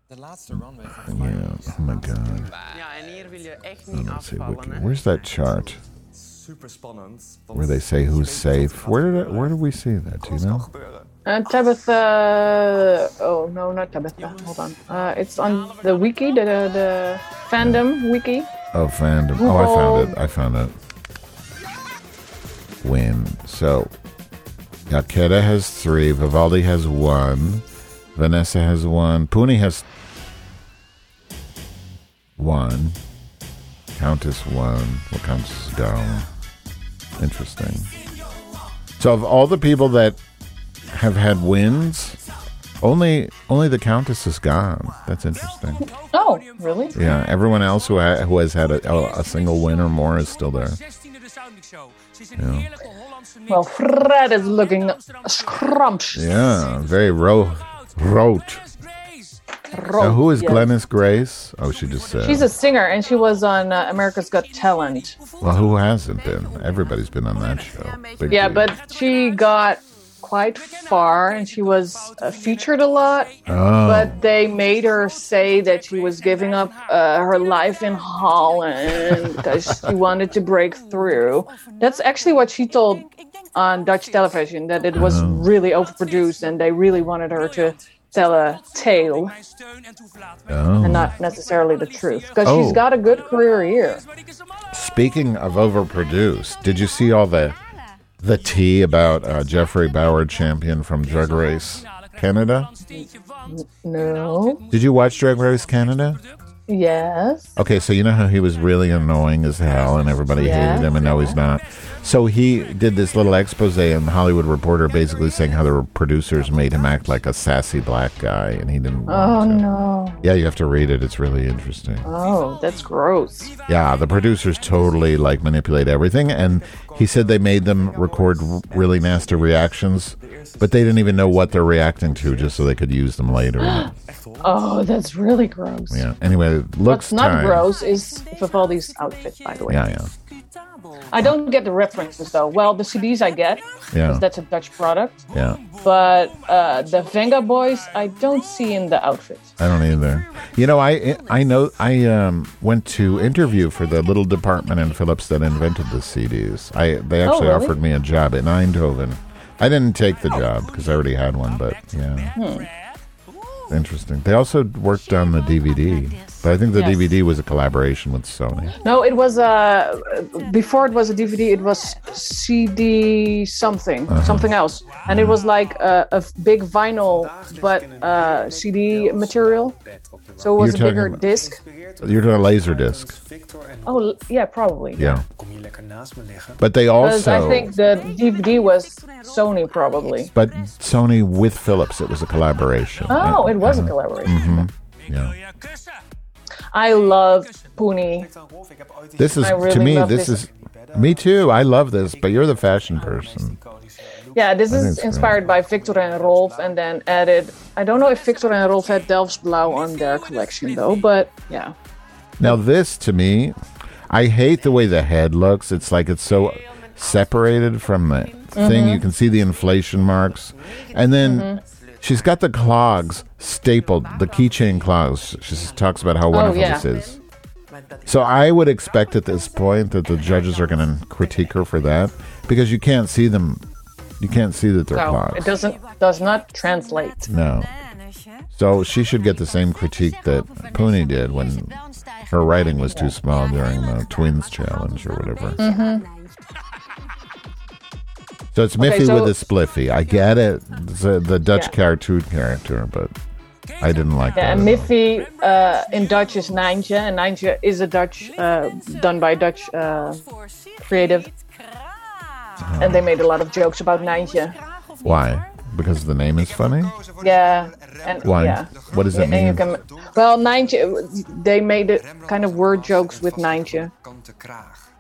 S9: De laatste runway van
S1: Yeah. Oh my God.
S10: Ja, en hier wil je echt
S1: Let
S10: niet
S1: me see.
S10: afvallen.
S1: Wiki.
S10: Hè.
S1: Where's that chart
S6: Super spannend. want
S1: where they say
S6: je
S1: who's
S6: weet niet wat er
S1: safe?
S6: gaat
S1: Where did I,
S6: gebeuren.
S1: where do we see that? Do you
S6: Alles kan
S1: know?
S6: gebeuren.
S3: Uh, Tabitha. Oh no, not Tabitha. Hold on. Uh, it's on the wiki, the the, the fandom wiki.
S1: Oh, fandom. Oh, I found it. I found it. Win. So, Yaketa has three. Vivaldi has one. Vanessa has one. Puni has one. Countess one. Well, Countess is down. Interesting. So, of all the people that have had wins, only only the Countess is gone. That's interesting.
S3: Oh, really?
S1: Yeah, everyone else who, ha- who has had a, oh, a single win or more is still there.
S5: 16e de Soundmix Show. Ze is een heerlijke Hollandse
S3: Well,
S5: mix.
S3: Fred is looking scrumptious.
S1: Yeah, Ah, very ro- rote.
S5: Glennis Grace.
S1: Now, who is
S3: Yes.
S1: Glennis Grace? Oh, she just said.
S3: She's a singer, and she was on uh, America's Got Talent.
S1: well, who hasn't been? Everybody's been on that show. Big
S3: Yeah,
S1: deal.
S3: but she got quite far, and she was uh, featured a lot.
S1: Oh,
S3: But they made her say that she was giving up uh, her life in Holland because she wanted to break through. That's actually what she told on Dutch television that it
S1: Oh.
S3: was really overproduced and they really wanted her to tell a tale
S5: Mijn steun en toeverlaat.
S1: oh.
S3: and not necessarily the truth because
S1: Oh.
S3: she's got a good career here.
S1: Speaking of overproduced, did you see all the the tea about uh, Jeffrey Bauer, champion from Drag Race Canada?
S3: No.
S1: Did you watch Drag Race Canada?
S3: Yes.
S1: Okay, so you know how he was really annoying as hell and everybody
S3: Yeah.
S1: hated him and now he's not. So he did this little expose and the Hollywood Reporter basically saying how the producers made him act like a sassy black guy and he didn't
S3: Oh
S1: want to.
S3: no.
S1: Yeah, you have to read it. It's really interesting.
S3: Oh, that's gross.
S1: Yeah, the producers totally like manipulate everything and he said they made them record r- really nasty reactions, but they didn't even know what they're reacting to just so they could use them later.
S3: Oh, that's really gross.
S1: yeah. Anyway, looks
S3: What's not
S1: time.
S3: gross is Vivaldi's outfit, by the way.
S1: Yeah, yeah.
S3: I don't get the references though. Well, the CDs I get,
S1: Yeah.
S3: because that's a Dutch product.
S1: Yeah.
S3: But uh, the Venga Boys, I don't see in the outfit.
S1: I don't either. You know, I I know I um, went to interview for the little department in Phillips that invented the CDs. I they actually
S3: Oh, really?
S1: offered me a job in Eindhoven. I didn't take the job because I already had one, but yeah,
S3: Hmm.
S1: interesting. They also worked on the DVD, but I think the
S3: Yes.
S1: DVD was a collaboration with Sony.
S3: No, it was uh, before it was a DVD. It was CD something,
S1: Uh-huh.
S3: something else, and it was like a, a big vinyl, but uh, CD material. So it was
S1: You're
S3: a bigger
S1: talking about-
S3: disc.
S1: You're doing a laser disc,
S9: Victor en
S3: Oh l- yeah, probably.
S1: yeah.
S9: kom je lekker naast me liggen.
S1: But they
S3: Because I
S1: also,
S3: think the DVD was Sony probably.
S1: but Sony with Phillips, it was a collaboration.
S3: Oh, it
S1: Uh-huh.
S3: was a collaboration.
S1: Mm-hmm. Yeah.
S3: I love Puni.
S9: Dan Rolf, ik heb ooit iets
S1: This is
S3: I really
S1: to me.
S3: love
S1: This
S3: this.
S1: is me too. I love this, but you're the fashion person.
S9: iconische look.
S3: Yeah, this
S1: think
S3: is
S1: it's great.
S3: inspired by Victor and Rolf and then added. I don't know if Victor and Rolf had Delft's Blau on their collection though, but yeah.
S1: Now this to me, I hate the way the head looks. It's like it's so separated from the thing.
S3: Mm-hmm.
S1: You can see the inflation marks. And then she's got the clogs stapled, the keychain clogs. She s- talks about how wonderful
S3: Oh, yeah.
S1: this is. So I would expect at this point that the judges are going to critique her for that because you can't see them. You can't see that they're
S3: So
S1: clogs.
S3: it doesn't does not translate.
S1: No. So she should get the same critique that Puni did when her writing was too small during the Twins Challenge or whatever.
S3: Mm-hmm.
S1: So it's Miffy
S3: so-
S1: with a spliffy. I get it. It's a- the Dutch
S3: Yeah.
S1: cartoon character, but I didn't like
S3: Yeah,
S1: that.
S3: and
S1: at all.
S3: Miffy uh, in Dutch is Nijntje, and Nijntje is a Dutch, uh, done by Dutch uh, creative. And they made a lot of jokes about Nijntje.
S1: Why? Because the name is funny?
S3: Yeah. And,
S1: Why?
S3: Yeah.
S1: What does that
S3: And you
S1: mean?
S3: can, well, Nijntje, they made it kind of word jokes with Nijntje.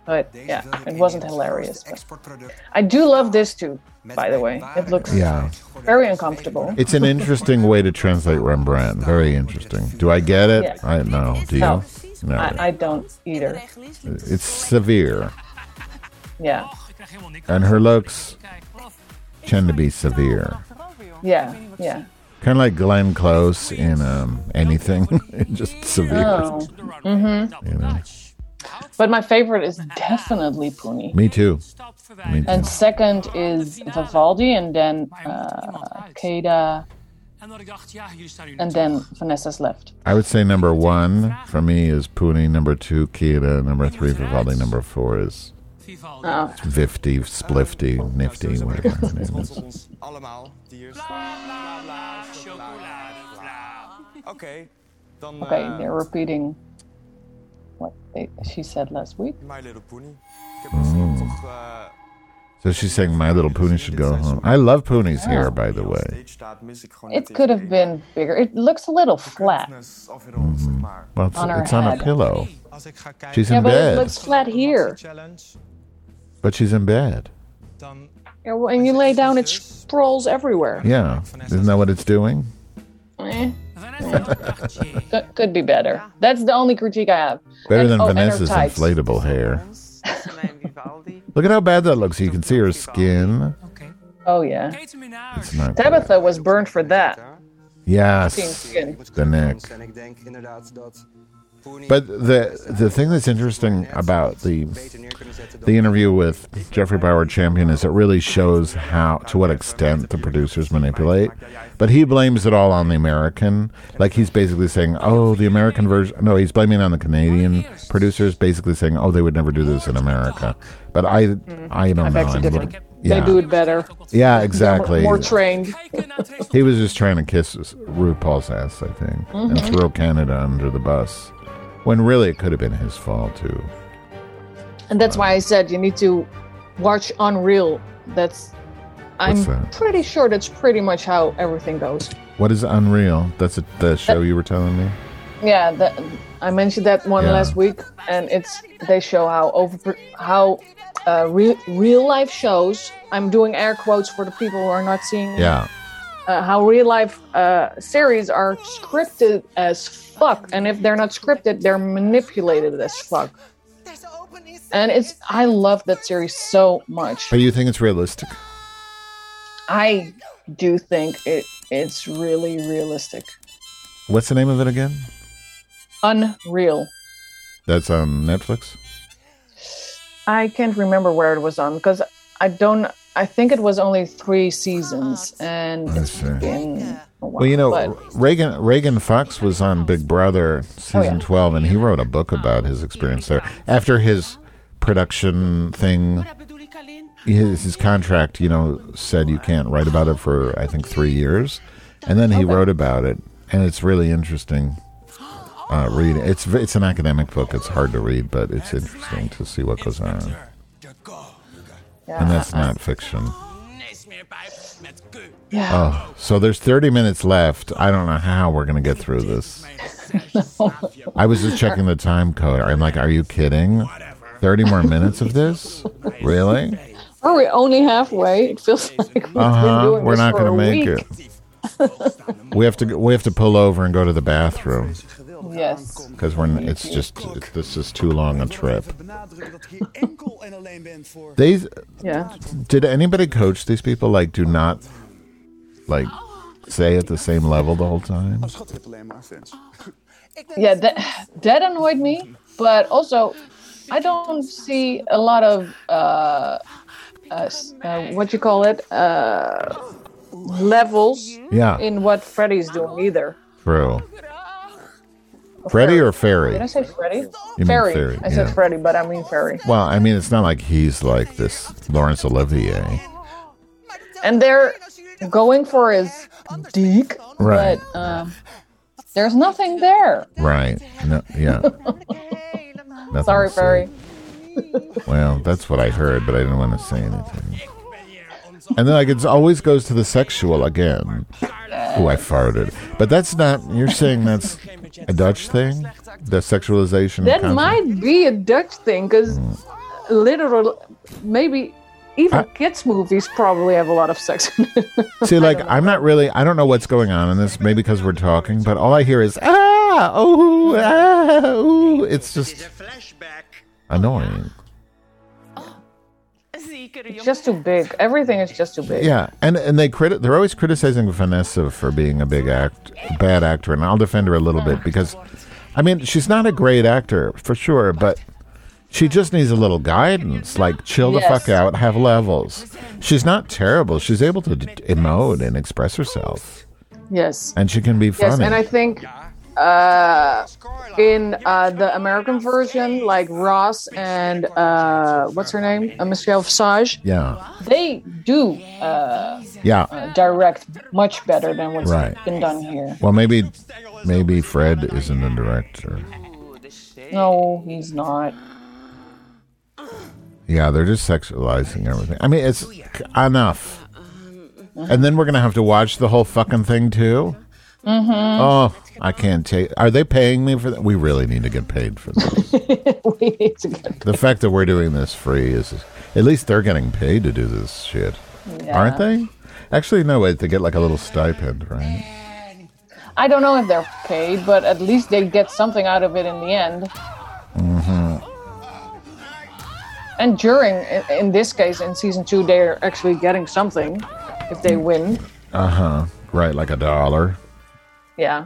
S3: But yeah, it wasn't hilarious. but- I do love this too, by the way. It looks
S1: Yeah.
S3: very uncomfortable.
S1: It's an interesting way to translate Rembrandt. Very interesting. Do I get it?
S3: Yeah.
S1: I know. Do you?
S3: No.
S1: No.
S3: I, I don't either.
S1: it's severe.
S3: Yeah.
S1: And her looks tend to be severe.
S3: Yeah. Yeah.
S1: Kind of like Glenn Close in um, anything, just severe.
S3: Oh.
S1: You know.
S3: But my favorite is definitely Puni.
S1: Me too. Me too.
S3: And second is Vivaldi, and then uh, Keda,
S5: En dat ik dacht, ja, jullie staan hier
S3: and then Vanessa's left.
S1: I would say number one for me is Puni. Number two, Kita. Number three, Vivaldi. Number four is
S5: Vivaldi.
S3: Oh,
S1: Vifty, Splifty, Nifty, whatever her name is.
S7: Ons allemaal, diers. Oké, dan
S3: okay,
S6: Um,
S7: eh,
S3: they're repeating what they, she said last week.
S7: My Little Pony. Ik
S1: Hmm.
S7: heb misschien toch eh,
S1: So she's saying My Little Puni should go home. I love Puni's hair, by the
S7: als
S1: way.
S7: stage staat, mis ik gewoon
S3: It could have been bigger. It looks a little flat.
S7: Of it all, zeg maar.
S1: Well, it's,
S3: On her
S1: it's on a
S3: head.
S1: pillow.
S9: Als ik ga kijken
S1: She's
S3: Yeah,
S1: in
S3: but it looks
S1: bed,
S3: flat here.
S9: challenge,
S1: but she's in bed.
S9: dan
S3: Yeah, when you lay down, it sprawls everywhere.
S1: Yeah, isn't that what it's doing?
S3: Eh,
S5: Vanessa, dat dacht je.
S3: could, could be better. That's the only critique I have.
S1: Better
S3: And-
S1: than
S3: oh, and her
S1: Vanessa's
S3: tights.
S1: inflatable hair.
S10: Ons, tussen mij en Vivaldi.
S1: Look at how bad that looks. You can see her skin.
S5: Oké.
S3: Oh yeah.
S5: Keten me naar huis.
S1: It's not good.
S3: Tabitha was burned for that. Pink
S1: Yes,
S3: skin.
S1: the neck.
S7: En ik denk inderdaad dat Pony
S1: But the the thing that's interesting about the
S7: beter neer kunnen zetten dan
S1: the interview with Jeffrey Bauer Champion is it really shows how to what extent the producers manipulate. But he blames it all on the American. Like he's basically saying, "Oh, the American version." No, he's blaming it on the Canadian producers, basically saying, "Oh, they would never do this in America." But I I don't know.
S3: actually
S1: I'm
S3: different.
S1: looking-
S3: They do
S1: Yeah,
S3: it better.
S1: yeah, exactly.
S3: More trained.
S5: Kijken naar het
S1: He
S5: resultaat.
S1: was just trying to kiss RuPaul's ass, I think, and throw Canada under the bus. When really it could have been his fault too.
S3: And that's why I said you need to watch Unreal. That's I'm
S1: What's that?
S3: pretty sure that's pretty much how everything goes.
S1: What is Unreal? That's a, the show you were telling me.
S3: Yeah, that, I mentioned that one
S1: Yeah.
S3: last week, and it's they show how over how uh, re- real life shows. I'm doing air quotes for the people who are not seeing.
S1: Yeah,
S3: Uh, how real life uh, series are scripted as fuck, and if they're not scripted, they're manipulated as fuck. And it's I love that series so much.
S1: but you think it's realistic?
S3: I do think it it's really realistic.
S1: What's the name of it again?
S3: Unreal.
S1: That's on Netflix.
S3: I can't remember where it was on because I don't I think it was only 3 seasons and
S1: I
S3: it's
S1: see.
S3: been a while.
S1: Well, you know,
S3: but Oh,
S1: Reagan Reagan Fox was on Big Brother season
S3: yeah.
S1: twelve, and he wrote a book about his experience there after his production thing.
S10: Dat bedoel ik alleen.
S1: His, his contract, you know, said you can't write about it for I think three years, and then he wrote about it, and it's really interesting. Uh, read it's v- it's an academic book. It's hard to read, but it's interesting to see what goes on,
S5: De go.
S3: yeah,
S1: and that's not fiction.
S5: Nee, smeerpijp met Q.
S3: yeah.
S1: Oh, so there's 30 minutes left. I don't know how we're going to get through this. I was just checking the time code. I'm like, are you kidding? 30 more minutes of this? Really?
S3: Are we Oh, only halfway? It feels like we've been
S1: Uh-huh.
S3: doing
S1: We're
S3: this
S1: not
S3: for
S1: going
S3: a
S1: to make
S3: week.
S1: it. We have to go- we have to pull over and go to the bathroom.
S3: Yeah.
S7: Oh,
S3: Yes.
S1: because we're n- it's just it- this is too long a trip. These
S3: Yeah.
S1: did anybody coach these people? Like, do not like say at the same level the whole time.
S3: Yeah, that, that annoyed me. But also, I don't see a lot of uh, uh, s- uh, what you call it uh, levels
S1: Yeah.
S3: in what Freddy's doing either.
S1: True. Freddy or Fairy?
S3: Did Oh. I say Freddy?
S1: mean
S3: Fairy.
S1: Fairy,
S3: I said
S1: yeah.
S3: Freddy, but I mean Fairy.
S1: Well, I mean, it's not like he's like this Laurence Olivier,
S3: And they're going for his dick,
S1: Right.
S3: but um, there's nothing there.
S1: right? No, yeah. Nothing
S3: Sorry,
S1: to say.
S3: Fairy.
S1: Well, that's what I heard, but I didn't want to say anything. And then, like, it always goes to the sexual again. Oh, I farted. But that's not, you're saying that's a Dutch thing? The sexualization? of
S3: That
S1: consent?
S3: might be a Dutch thing, because literal, maybe even
S1: I-
S3: kids' movies probably have a lot of sex. in it.
S1: See, like, I'm not really, I don't know what's going on in this, maybe because we're talking, but all I hear is, ah, oh, ah, ooh. It's just annoying.
S3: it's just too big. Everything is just too big.
S1: Yeah, and and they criti- they're always criticizing Vanessa for being a big act, bad actor, and I'll defend her a little bit because, I mean, she's not a great actor for sure, but she just needs a little guidance. Like, chill the
S3: Yes.
S1: fuck out, have levels. She's not terrible. She's able to d- emote and express herself,
S3: Yes.
S1: and she can be funny.
S3: Yes, and I think uh, in uh, the American version, like Ross and uh, what's her name, uh, Michelle Visage,
S1: yeah,
S3: they do uh,
S1: yeah.
S3: direct much better than what's
S1: Right.
S3: been done here.
S1: Well, maybe maybe Fred isn't a director.
S3: No, he's not.
S1: Yeah, they're just sexualizing everything. I mean, it's enough. And then we're gonna have to watch the whole fucking thing too. Mm-hmm. Oh, I can't take. Are they paying me for that? We really need to get paid for this.
S3: we need to get.
S1: the fact that we're doing this free is, at least they're getting paid to do this shit, aren't they? Actually, no. Wait, they get like a little stipend, right?
S3: I don't know if they're paid, but at least they get something out of it in the end.
S1: Mm-hmm.
S3: And during, in, in this case, in season two, they're actually getting something if they win.
S1: Right, like a dollar.
S3: Yeah.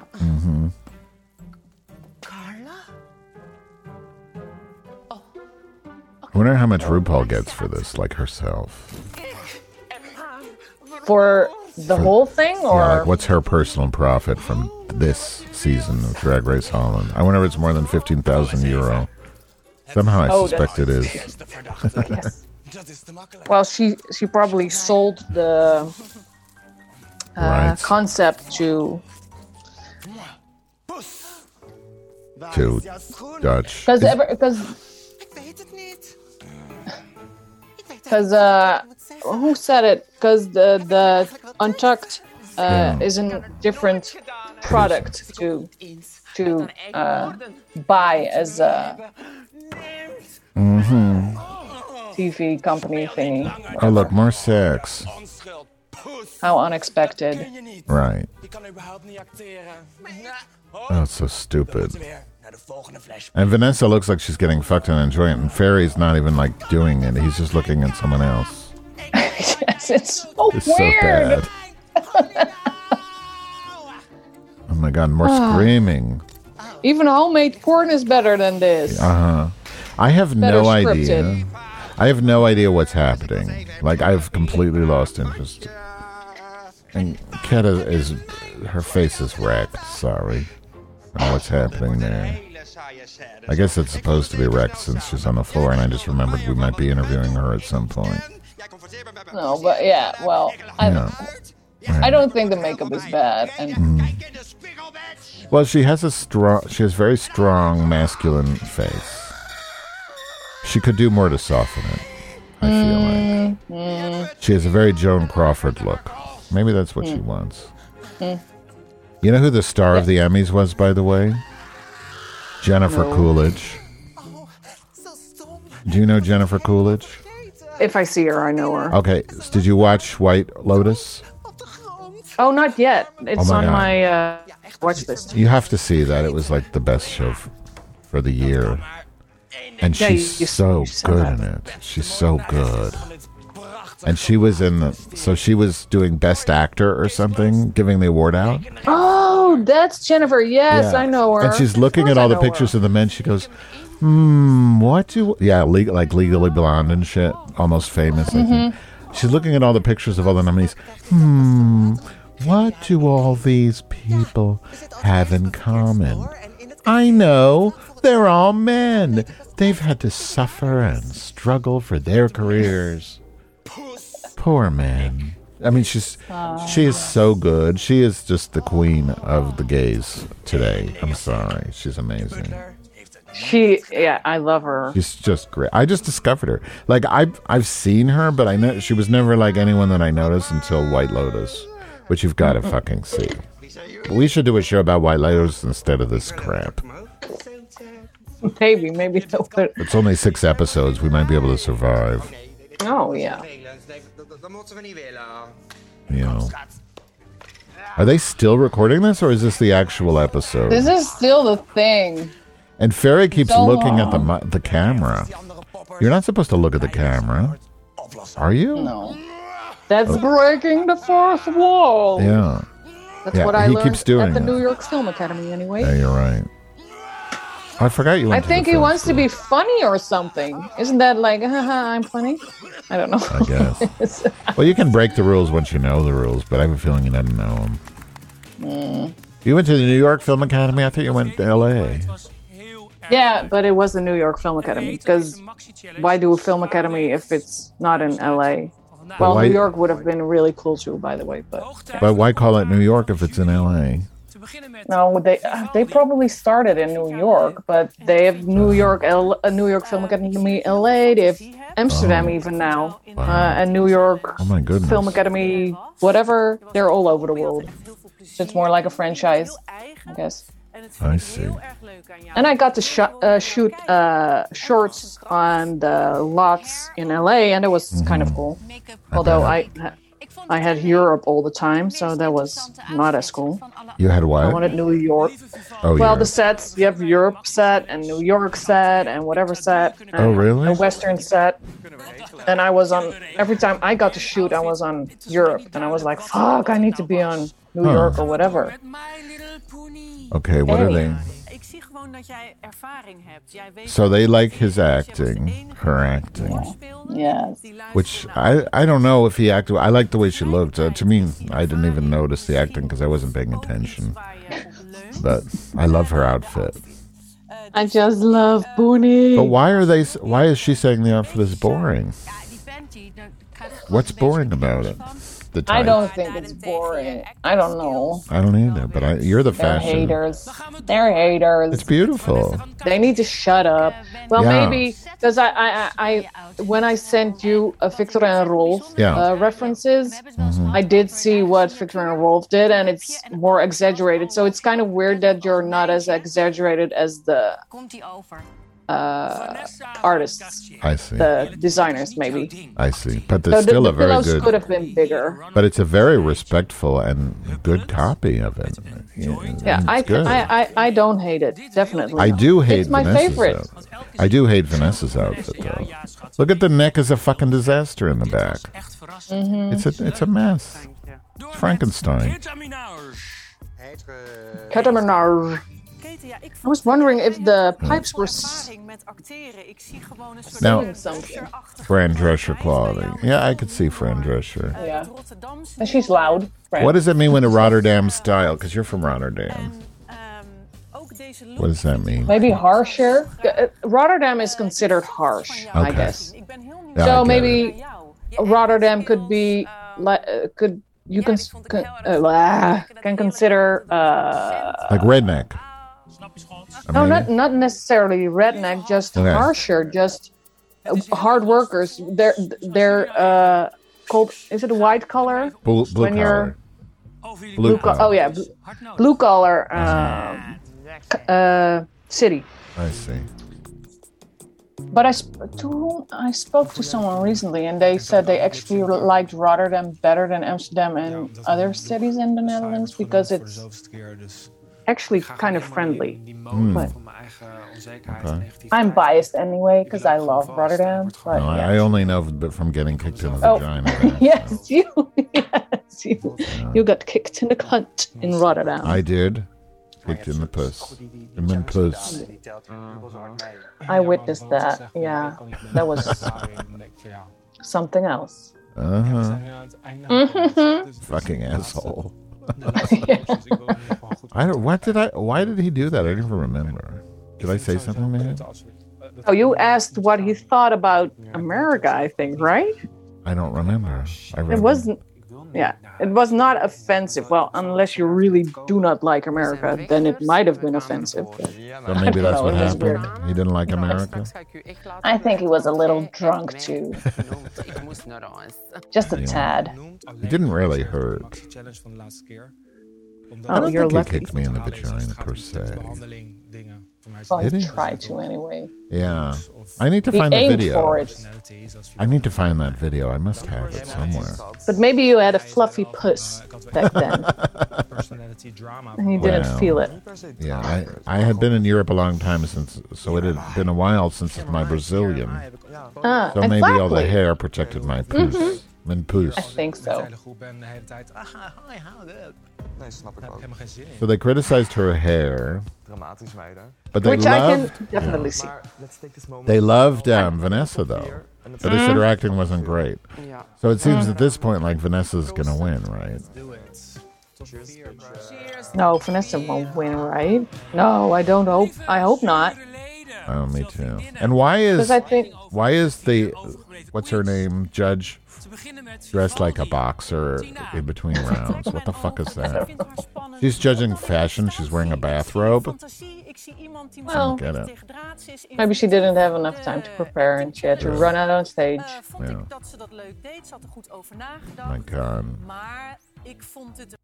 S1: I wonder how much RuPaul gets for this, like herself.
S3: for the whole thing or
S1: Yeah, like what's her personal profit from this season of Drag Race Holland? I wonder if it's more than 15,000 euro. Somehow I
S3: Oh,
S1: suspect it is.
S3: well she she probably sold the uh,
S1: Right.
S3: concept to
S1: To Dutch.
S3: because
S1: Is-
S3: because
S10: Ik weet het niet. Ik weet het
S3: because uh
S10: moet zeggen.
S3: who said it because the the untucked uh, is a different product to
S10: Eens.
S3: to uh, buy as a
S1: Mm-hmm.
S3: TV company thingy.
S1: Oh, look, more sex.
S5: Onschuld. Poes.
S3: How unexpected!
S5: Kun je niet.
S1: Right.
S5: Je kan überhaupt niet acteren.
S1: Oh, it's so stupid.
S5: Weer naar de volgende flash.
S1: And Vanessa looks like she's getting fucked and enjoying it. And Ferry's not even like doing it. He's just looking at someone else.
S3: yes, it's so
S1: It's so
S3: weird.
S1: bad. Oh my God, more
S3: Ah.
S1: screaming.
S3: Even homemade porn is better than this.
S1: I have
S3: Better
S1: no
S3: scripted.
S1: idea. I have no idea what's happening. Like I've completely lost interest. And Keta is her face is wrecked. Sorry. I don't know What's happening there? uh, I guess it's supposed to be wrecked since she's on the floor, and I just remembered we might be interviewing her at some point.
S3: No, but yeah, well, I,
S1: Yeah.
S3: I don't think the makeup is bad. And
S1: Well, she has a strong, she has very strong masculine face. She could do more to soften it. I feel like she has a very Joan Crawford look. Maybe that's what she wants. You know who the star of the Emmys was, by the way? Jennifer Coolidge. Do you know Jennifer Coolidge?
S3: if I see her, I know her.
S1: Okay, s- did you watch White Lotus?
S3: Oh, not yet. It's
S1: my
S3: on
S1: God.
S3: my uh, watchlist.
S1: You have to see that it was like the best show f- for the year, and
S3: Yeah, you- you
S1: she's so
S3: said
S1: good
S3: that.
S1: in it. She's so good, and she was in the. So she was doing Best Actor or something, giving the award out.
S3: Oh, that's Jennifer. Yes,
S1: Yeah.
S3: I know her.
S1: And she's
S3: Of
S1: looking at
S3: course I
S1: all the
S3: know her.
S1: pictures of the men. She goes, "Hmm, what do? Yeah, legal, like Legally Blonde and shit, almost famous. I think.
S3: Mm-hmm.
S1: She's looking at all the pictures of all the nominees. Hmm, what do all these people have in common? I know they're all men. They've had to suffer and struggle for their careers. Poor man. I mean, she's she is so good. She is just the queen of the gays today. I'm sorry, she's amazing.
S3: She, yeah, I love her.
S1: She's just great. I just discovered her. Like I've I've seen her, but I know she was never like anyone that I noticed until White Lotus, which you've got to fucking see. We should do a show about White Lotus instead of this crap.
S3: Maybe, maybe that would.
S1: It's only six episodes. We might be able to survive.
S3: Oh yeah.
S1: You know. Are they still recording this, or is this the actual episode?
S3: This is still the thing.
S1: And Ferry keeps
S3: So
S1: looking at the mi- the camera. You're not supposed to look at the camera, are you?
S3: No. That's breaking the fourth wall.
S1: Oh. Yeah.
S3: That's
S1: yeah,
S3: what I
S1: he
S3: learned
S1: keeps doing
S3: at the
S1: that.
S3: New York Film Academy, anyway.
S1: Yeah, you're right. I forgot you.
S3: I
S1: Went to the
S3: think he
S1: film
S3: wants to
S1: school.
S3: be funny or something. Isn't that like, haha, I'm funny? I don't know.
S1: I guess. well, you can break the rules once you know the rules, but I have a feeling you didn't know them. You went to the New York Film Academy. I thought you went to L.A.
S3: yeah, but it was the New York Film Academy because why do a film academy if it's not in LA? Well,
S1: why-
S3: New York would have been really cool too, by the way. But
S1: But why call it New York if it's in L.A.?
S3: no, they uh, they probably started in New York, but they have New York, L- uh, New York Film Academy, LA. They have Amsterdam even now, uh, and New York
S1: Oh my goodness.
S3: Film Academy, whatever. They're all over the world. So it's more like a franchise, I guess.
S1: I see.
S3: And I got to sh- uh, shoot uh, shorts on the lots in LA, and it was
S1: Mm-hmm.
S3: kind of cool. Although I, I had Europe all the time, so that was not as cool.
S1: You had
S3: I
S1: what?
S3: wanted New York.
S1: Oh,
S3: well,
S1: yeah.
S3: the sets you have Europe set and New York set and whatever set. And
S1: Oh, really?
S3: A Western set. And I was on every time I got to shoot, I was on Europe, and I was like, "Fuck, I need to be on New
S1: Huh.
S3: York or whatever."
S1: Okay, what are they?
S11: Ik zie gewoon dat jij ervaring hebt. Jij weet
S1: So they like his acting, her acting.
S3: Yes.
S1: Which I, I don't know if he acted. I like the way she looked. Uh, to me, I didn't even notice the acting because I wasn't paying attention. But I love her outfit.
S3: I just love Booney.
S1: But why are they? s- Why is she saying the outfit is boring? What's boring about it? The
S3: I
S1: type.
S3: don't think it's boring. I don't know.
S1: I don't either. But I, you're the
S3: They're
S1: fashion.
S3: haters. They're haters.
S1: It's beautiful.
S3: They need to shut up. Well,
S1: Yeah.
S3: maybe because I, I, I, I- when I sent you uh, Victor and Rolf
S1: Yeah. Mm-hmm.
S3: uh, references, I did see what Victor and Rolf did, and it's more exaggerated. So it's kind of weird that you're not as exaggerated as the uh, artists,
S1: I see.
S3: the designers, maybe.
S1: I see. But
S3: So
S1: there's
S3: the,
S1: still
S3: the
S1: a very
S3: pillows could
S1: good.
S3: have been bigger.
S1: But it's a very respectful and good copy of it. Yeah,
S3: Yeah,
S1: it's
S3: I,
S1: good.
S3: I, I, I don't hate it. Definitely.
S1: I
S3: not.
S1: do hate
S3: It's my
S1: Vanessa's
S3: favorite.
S1: outfit. I do hate Vanessa's outfit though. Look at the neck is a fucking disaster in the back.
S3: Mm-hmm.
S1: It's a it's a mess. It's Frankenstein.
S3: Catamaran.
S11: Keten, ja, ik
S3: I was wondering if the pipes were. s-
S11: ervaring met acteren. Ik zie gewoon een soort
S1: Now,
S3: something.
S1: Fran Drescher quality. Yeah, I could see Fran Drescher.
S3: Yeah.
S11: Rotterdamse.
S3: And she's loud. Right.
S1: What does it mean when a Rotterdam style? Because you're from Rotterdam.
S11: ehm, ook deze look.
S1: What does that mean?
S3: Maybe harsher. Uh, Rotterdam is considered harsh, I
S1: Okay.
S3: guess.
S11: Ik ben heel nieuw
S1: Yeah,
S3: so
S1: I get
S3: maybe
S11: bij jou. Je
S3: Rotterdam could be like uh, could you can can, uh, ah, can consider uh,
S1: Like redneck. I
S3: no
S1: mean,
S3: not not necessarily redneck, just
S1: Okay.
S3: harsher, just uh, hard workers. They're they're uh, called is it white collar?
S1: blue, blue
S3: when
S1: collar.
S3: you're-
S1: Blue
S3: Co-
S1: collar.
S3: oh yeah, bl- blue collar um, c- uh, city.
S1: I see.
S3: But I sp- to whom I spoke to someone recently, and they said they actually liked Rotterdam better than Amsterdam and other cities in the Netherlands because it's actually kind of friendly.
S1: Hmm.
S3: But
S1: Okay.
S3: I'm biased anyway because I love Rotterdam. But
S1: No, I- I only know b- from getting kicked in the
S3: Oh.
S1: vagina.
S3: yes, you, yes, you, you got kicked in the cunt in Rotterdam.
S1: I did. Kicked in the puss. In mijn puss.
S3: I witnessed that. Yeah, that was something else.
S1: Uh-huh.
S3: Mhm.
S1: Fucking asshole. I don't. What did I? Why did he do that? I don't even remember. Did I say something to him?
S3: Oh, you asked what he thought about America, I think, right?
S1: I don't remember. I
S3: It
S1: remember.
S3: wasn't. Yeah, it was not offensive. Well, unless you really do not like America, then it might have been offensive.
S7: Oh,
S3: but-
S1: So maybe that's
S3: No,
S1: what
S3: it was
S1: happened. He didn't like America.
S3: I think he was a little drunk too, just a
S1: Yeah.
S3: tad.
S1: It didn't really hurt. I
S3: Oh,
S1: don't
S3: you're
S1: think
S3: lucky.
S1: he kicked me in the vagina per se.
S3: Well,
S1: Did
S3: he
S1: he?
S3: tried to anyway.
S1: Yeah. I need to
S3: He
S1: find the
S3: aimed
S1: video.
S3: for it,
S1: I need to find that video. I must have it somewhere.
S3: but maybe you had a fluffy puss back then, and you didn't
S1: Wow.
S3: feel it.
S7: Ah,
S1: Yeah, I, I had been in Europe a long time since, so it had been a while since my Brazilian.
S3: Ah,
S1: So maybe all the
S3: exactly.
S1: hair protected my poos.
S3: Mhm.
S1: Mijn
S3: I
S1: poos.
S3: think so.
S7: "Ah, Nee, snap ik er ook.
S1: So they criticized her hair,
S7: Dramatisch meiden.
S1: but they
S3: Which
S1: loved.
S3: I can definitely see.
S7: Maar let's take this moment.
S1: They loved um, Vanessa though, but they said her acting wasn't great. So it seems at this point like Vanessa's gonna win, right?
S3: No, Vanessa won't win, right? No, I don't hope. I hope not.
S1: Oh, me too. And why is
S3: 'Cause I think-
S1: why is the what's her name judge dressed like a boxer in between rounds? What the fuck is that? She's judging fashion. She's wearing a bathrobe.
S11: Fantasie, ik zie iemand die
S3: Well,
S1: Get it?
S11: tegen draads is. In
S3: Maybe she didn't have enough time to prepare and she had to run out on stage.
S11: Eh, vond
S1: Ja.
S11: ik dat ze dat leuk deed. Ze had er goed over nagedacht.
S1: Oh My God.
S11: Maar ik vond het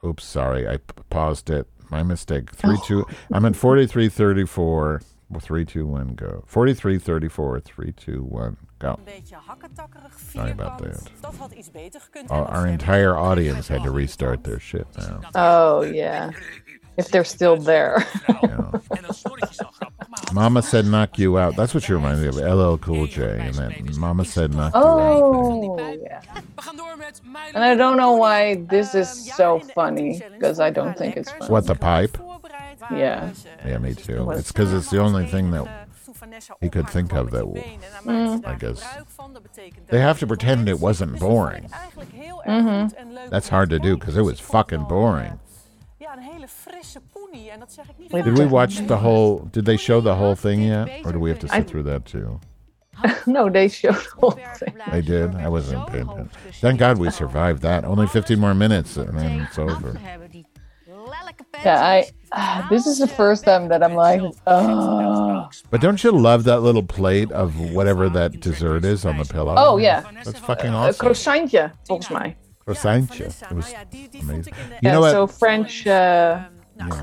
S1: Oops, sorry. I p- paused it. My mistake. Three two. I'm at forty three thirty four. Three two one go. Forty three thirty four. Three two one go.
S11: een beetje hakketakkerig,
S1: Sorry about
S11: vierkant.
S1: that.
S11: Dat had iets beter gekund. En
S1: Our,
S11: dat
S1: Uh, our
S11: stemmen-
S1: entire audience had to restart their shit now.
S3: Oh, yeah. If they're still there.
S1: Mama said knock you out. That's what you remind me of. LL Cool J and that Mama said knock you out. thing.
S3: oh, yeah. And I don't know why this is
S11: Ehm,
S3: so funny because I don't think it's funny.
S1: What the pipe?
S3: Yeah.
S1: Yeah,
S11: eh,
S1: me too. It's because it's the only thing that he could think of that. w-
S3: Mm.
S1: I guess they have to pretend it wasn't boring.
S3: Mm-hmm.
S1: That's hard to do because it was fucking boring.
S11: eh, Ja, een hele frisse poenie. En dat zeg ik niet.
S3: Wait,
S1: Did we watch the whole? Did they show the whole thing yet, or do we have to
S3: I-
S1: sit through that too?
S3: No, they showed the whole thing.
S1: They did. I wasn't paying attention. Thank God we survived that. Only 15 more minutes and then it's over.
S3: Yeah, I. ah, this is the first time that I'm like, oh,
S1: But don't you love that little plate of whatever that dessert is on the pillow?
S3: Oh, yeah. Uh,
S1: that's fucking
S3: a
S1: awesome.
S3: croissantje, volgens mij.
S1: Croissantje. It was amazing. You
S3: Yeah,
S1: know
S3: so
S1: what?
S3: French uh,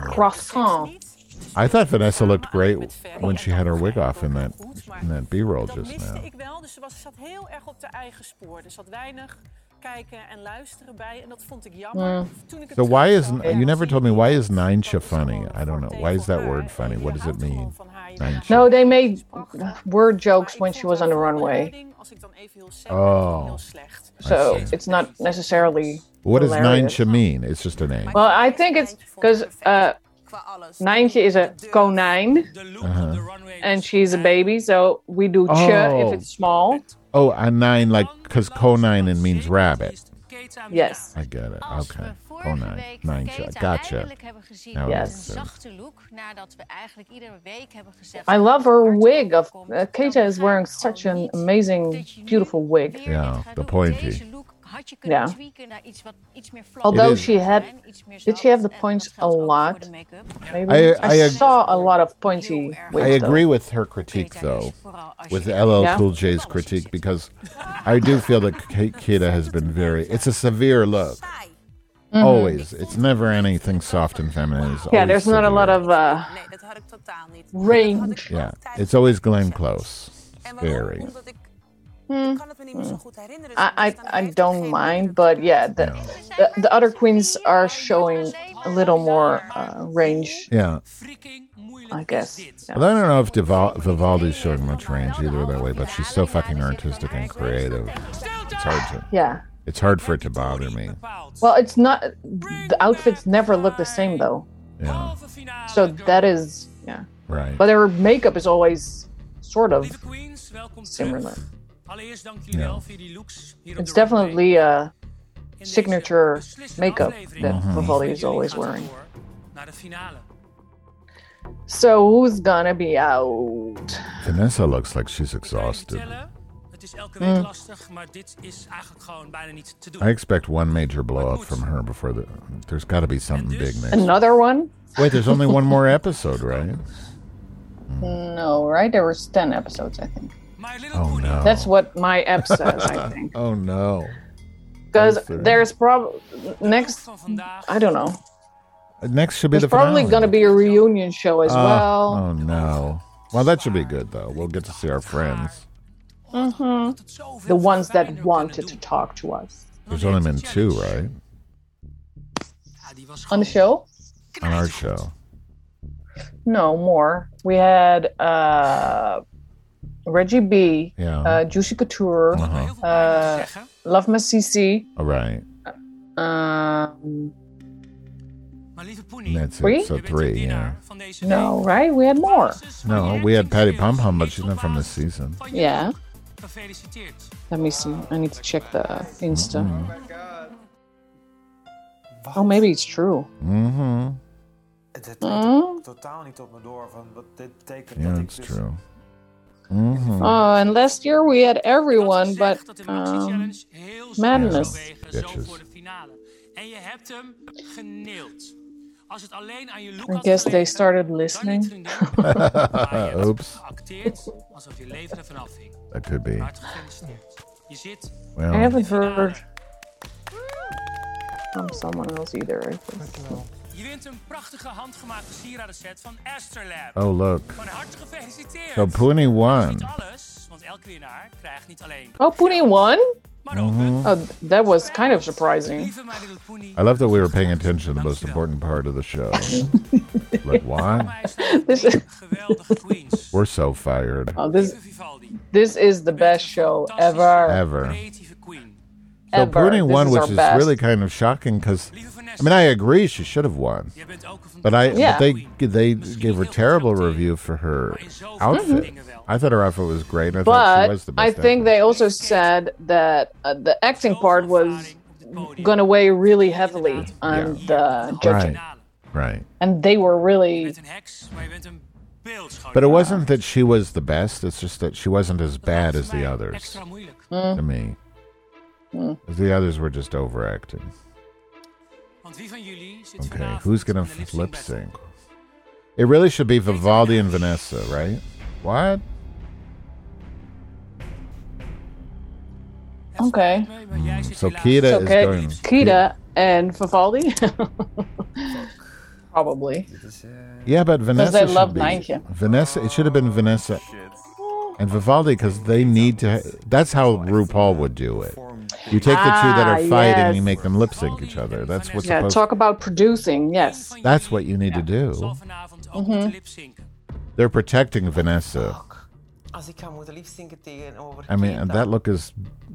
S3: croissant.
S1: I thought Vanessa
S11: Um,
S1: looked great when she had her wig off in that in that B-roll
S11: Dat
S1: just
S11: miste
S1: now.
S11: ik wel. Dus ze was, zat heel erg op de eigen spoor. Er zat weinig kijken en luisteren bij. En dat vond ik
S3: Hmm.
S11: jammer. Toen ik het
S1: So why
S11: terug
S1: is
S11: zag,
S1: you never told me why is Ninja
S11: dat is
S1: funny?
S11: gewoon
S1: I don't know.
S11: een
S1: Why is that
S11: voor
S1: word
S11: haar.
S1: funny?
S11: En
S1: What
S11: je
S1: does
S11: houdt
S1: it
S11: gewoon
S1: mean?
S11: van haar. Je
S1: Nijntje.
S11: bent
S3: No, they made
S11: prachtig.
S3: word
S11: Maar
S3: jokes when
S11: ik
S3: she
S11: vond
S3: was on the
S11: haar
S3: runway.
S11: voorbereiding, Als ik dan even heel sec ben,
S1: Oh.
S11: vond ik heel slecht.
S3: So
S1: see.
S3: it's not necessarily.
S1: What does
S3: hilarious.
S1: Ninja mean? It's just a name.
S3: Well, I think it's because uh, Nijntje is a konijn
S1: Uh-huh.
S3: and she's a baby, so we do ch
S1: Oh.
S3: if it's small.
S1: Oh, a nine like because conine means rabbit.
S3: Yes.
S1: I get it.
S12: Als
S1: Okay. Oh,
S12: we vorige
S1: Conine.
S12: week
S1: Ninja.
S12: Keta
S1: Gotcha.
S12: eindelijk hebben gezien
S1: Now
S12: met
S1: I
S12: een
S1: understand.
S12: zachte look, nadat we eigenlijk iedere week hebben gezegd...
S3: I love her wig. Of uh,
S12: Keta
S3: Keita is wearing such an amazing, beautiful wig.
S1: Yeah, the pointy.
S12: Deze look had je kunnen
S3: Yeah.
S12: tweaken naar iets wat iets meer vlak
S3: Although
S1: is-
S3: she had,
S12: en iets meer
S3: did
S12: zacht.
S3: she have the
S12: En
S3: points
S12: dat
S3: a
S12: geldt ook voor
S3: lot?
S12: de make-up.
S3: Maybe
S1: I- I-
S3: saw a lot of pointy.
S1: I
S3: wigs, though.
S1: agree with her critique, though, with LL
S3: Yeah.
S1: Cool J's critique, because I do feel that K- Kida has been very. It's a severe look. Always. It's never anything soft and feminine. It's
S3: Mm-hmm. Yeah,
S1: always
S3: there's not a lot
S1: severe.
S3: of uh,
S10: Nee, dat had ik totaal niet.
S3: range.
S1: Yeah, it's always Glenn Close.
S10: En waarom?
S1: Very.
S10: Omdat ik,
S3: Hmm.
S10: ik kan het me niet meer zo goed herinneren.
S3: I, I, I don't mind, but yeah, the,
S1: Yeah.
S3: the, the other queens are showing a little more uh, range,
S1: Yeah.
S3: I guess. Yeah.
S1: Well, I don't know if Dival- Vivaldi's showing much range either that way, but she's so fucking artistic and creative. It's hard to.
S3: Yeah.
S1: It's hard for it to bother me.
S3: Well, it's not. The outfits never look the same though.
S1: Yeah.
S3: So that is yeah.
S1: Right.
S3: But her makeup is always sort of similar.
S1: Yeah.
S3: It's definitely uh, a signature makeup that
S1: Mhm.
S3: Vivaldi is always wearing. So who's gonna be out?
S1: Vanessa looks like she's exhausted.
S3: Mm.
S1: I expect one major blow up from her before the. There's got to be something big next.
S3: Another one?
S1: Wait, there's only one more episode, right?
S3: No, right? There was ten episodes, I think.
S1: Oh no.
S3: That's what my app says, I think.
S1: Oh no.
S3: Because
S1: Is there-
S3: there's probably next. I don't know.
S1: Next should be
S3: There's
S1: the
S3: probably
S1: finale.
S3: going to be a reunion show as
S1: Oh,
S3: well.
S1: Oh no. Well, that should be good though. We'll get to see our friends.
S3: Mhm. The ones that wanted to talk to us
S1: There's only been two, right?
S3: on the show.
S1: On our show.
S3: No more. We had uh, Reggie B,
S1: Yeah.
S3: uh, Juicy Couture,
S1: Uh-huh.
S3: uh, Love Masisi,
S1: All right.
S3: um,
S1: And that's
S3: Three?
S1: it. So three. Yeah.
S3: no, right? We had more.
S1: No, we had Patty Pum Pum, but she's not from this season.
S3: Yeah. Let me see. I need to check the Insta.
S1: Mm-hmm.
S3: Oh, maybe it's true.
S1: Mm-hmm.
S9: Het het
S3: Mhm.
S9: ik totaal niet op me door van wat dit betekent.
S1: Yeah,
S9: dat ik
S1: it's
S9: dus
S1: true. Mm-hmm.
S3: Oh, and last year we had everyone, but um, madness.
S1: Bitches.
S3: I guess they started listening.
S1: Oops.
S5: er
S1: That could be. Well,
S3: I haven't heard from someone else either. I think.
S5: Je wint een prachtige handgemaakte sieradenset van Astro Lab.
S1: Oh, look.
S5: Van harte gefeliciteerd.
S1: so Puni won.
S5: Alles, want elke winnaar krijgt niet alleen
S3: Oh, Puni won?
S1: Mhm.
S3: Oh, that was kind of surprising.
S1: I love that we were paying attention to the most important part of the show. like, why?
S3: this is
S1: We're so fired.
S3: oh, this this is the best show ever.
S1: Ever. So
S3: Ever.
S1: Puni
S3: This
S1: won,
S3: is
S1: which
S3: our
S1: is
S3: best.
S1: really kind of shocking because, I mean, I agree she should have won. But I, but
S3: Yeah.
S1: they they gave her terrible review for her outfit. I thought her outfit was great. I thought she was
S3: Mm-hmm. But
S1: the
S3: I
S1: best.
S3: think they also said that uh, the acting part was gonna weigh really heavily on the
S1: actor.
S3: judging,
S1: right, right.
S3: and they were really
S1: But it wasn't that she was the best. It's just that she wasn't as bad as the others. To
S3: Mm,
S1: me,
S3: mm.
S1: the others were just overacting. Okay, who's gonna f- lip sync? It really should be Vivaldi and Vanessa, right? What?
S3: okay.
S1: So Kida
S3: so
S1: is
S3: Ke-
S1: going.
S3: Keita and Vivaldi, probably.
S1: Yeah, but Vanessa.
S3: they
S1: should
S3: love
S1: be-
S3: Nijntje.
S1: Vanessa. It should have been Vanessa and Vivaldi because they need to. That's how RuPaul would do it. You take the two that are
S3: Ah,
S1: fighting and you
S3: yes.
S1: make them lip sync each other. That's what's
S3: Yeah,
S1: supposed.
S3: talk about producing. Yes.
S1: that's what you need to do.
S3: Mhm.
S1: They're protecting Vanessa.
S7: Als ik ga er moeten liefzinken tegenover
S1: I mean, and
S7: Keita,
S1: that look is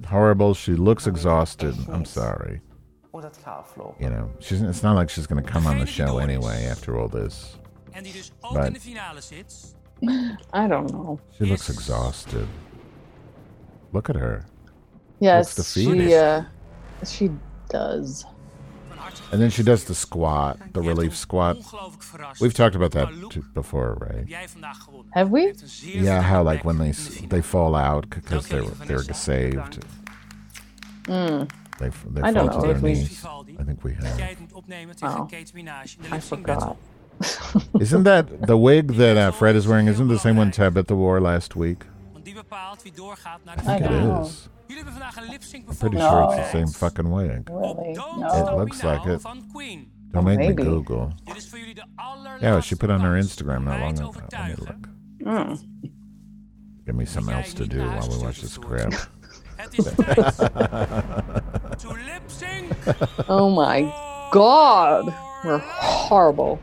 S1: horrible. She looks exhausted. I'm sorry.
S7: Hoe dat gaat aflopen.
S1: You know, she's. It's not like she's going to come on the show anyway after all this. But
S3: I don't know.
S1: she looks exhausted. Look at her.
S3: Yes,
S1: Looks defeated.
S3: she uh, she does.
S1: And then she does the squat, the relief squat. We've talked about that t- before, right?
S3: Have we?
S1: Yeah, how like when they s- they fall out because they're they're saved.
S3: Mm.
S1: They, f- they
S3: I
S1: fall
S3: don't
S1: to
S3: know
S1: their
S3: if we-
S1: knees. I think we have.
S3: Wow. I forgot.
S1: Isn't that the wig that uh, Fred is wearing? Isn't the same one Tabitha wore last week? I think it is. I'm pretty sure it's the
S3: No.
S1: same fucking wig.
S3: Really?
S1: It
S3: No.
S1: looks like it. Don't make me
S3: Maybe.
S1: Google. Yeah, she put on her Instagram not long ago. Let me look.
S3: Mm.
S1: Give me something else to do while we watch this crap.
S3: Oh my god! We're horrible.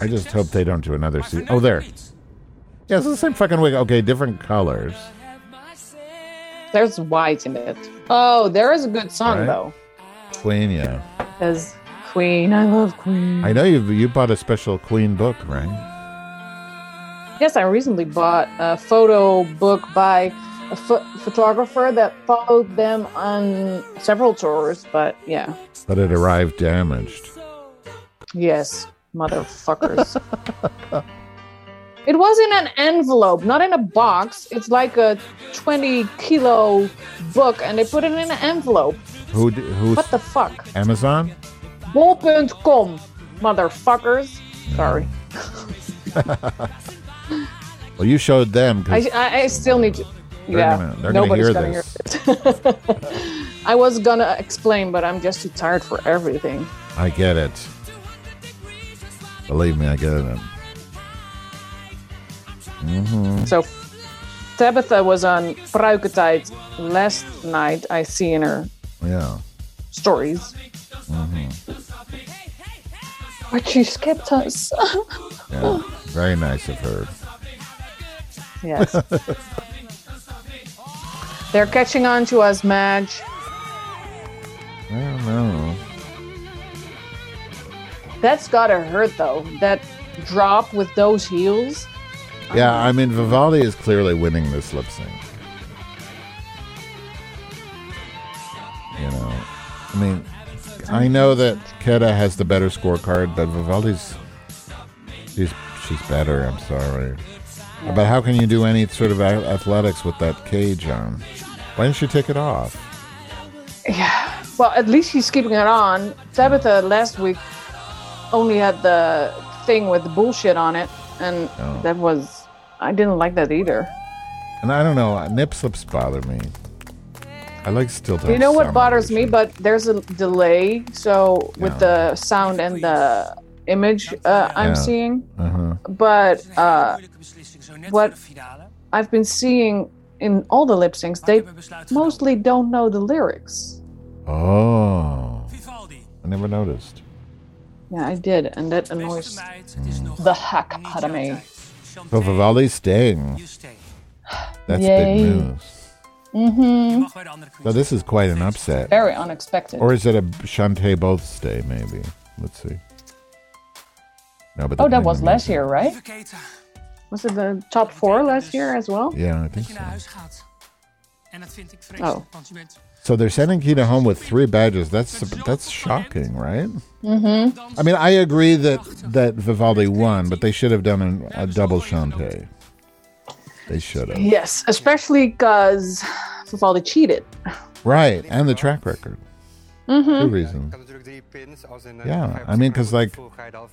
S1: I just hope they don't do another season. Oh, there. Yeah, it's the same fucking wig. Okay, different colors.
S3: There's white in it. Oh, there is a good song
S1: Right?
S3: though.
S1: Queen, yeah.
S3: As Queen, I love Queen.
S1: I know you you bought a special Queen book, right?
S3: Yes, I recently bought a photo book by a pho- photographer that followed them on several tours, but yeah.
S1: But it arrived damaged.
S3: Yes, motherfuckers. it was in an envelope, not in a box. It's like a 20 kilo book, and they put it in an envelope.
S1: Who d- who's
S3: What the fuck?
S1: Amazon?
S3: Bol.com, motherfuckers. Sorry.
S1: Well, you showed them. 'cause-
S3: I, I, I still need to.
S1: They're
S3: yeah,
S1: gonna- they're gonna
S3: nobody's
S1: hear
S3: gonna hear, it. I was gonna explain, but I'm just too tired for everything.
S1: I get it. Believe me, I get it. hmm
S3: So, Tabitha was on Pruikentijd last night. I see in her
S1: yeah.
S3: stories.
S1: hmm
S3: But she skipped us.
S1: yeah. Very nice of her.
S3: yes. They're catching on to us, Madge.
S1: I don't know.
S3: That's gotta hurt though. That drop with those heels.
S1: Yeah, I mean, Vivaldi is clearly winning this lip sync. You know, I mean, I know that Keda has the better scorecard, but Vivaldi's she's she's better. I'm sorry, but how can you do any sort of a- athletics with that cage on? Why didn't she take it off?
S3: Yeah. Well, at least she's keeping it on. Tabitha last week only had the thing with the bullshit on it, and
S1: Oh.
S3: that was I didn't like that either.
S1: And I don't know, uh, nip slips bother me. I like still. to
S3: you
S1: have
S3: know what
S1: some
S3: bothers me, but there's a delay. So with
S1: Yeah.
S3: the sound and the image uh, I'm
S1: Yeah.
S3: seeing,
S1: Uh-huh.
S3: but uh, what I've been seeing in all the lip syncs, they mostly don't know the lyrics.
S1: Oh, I never noticed.
S3: Yeah, I did, and that annoys the heck out of me.
S1: So Vivaldi's staying. That's
S3: Yay.
S1: big news.
S3: hmm
S1: So this is quite an upset.
S3: Very unexpected.
S1: Or is it a Shantae both stay? Maybe. Let's see. No, but
S3: oh,
S1: they're
S3: that
S1: playing
S3: was
S1: the
S3: last year, right? Was it the top four last year as well?
S1: music. Yeah, I think so.
S5: En dat vind ik
S3: Oh.
S5: vreselijk, want je bent
S1: So they're sending Kita home with three badges. That's that's shocking, right?
S3: Mm-hmm.
S1: I mean, I agree that that Vivaldi won, but they should have done an, a double Shantae. They should have.
S3: Yes, especially because Vivaldi cheated.
S1: Right, and the track record. Two
S3: hmm
S1: reasons. Yeah, I mean, because like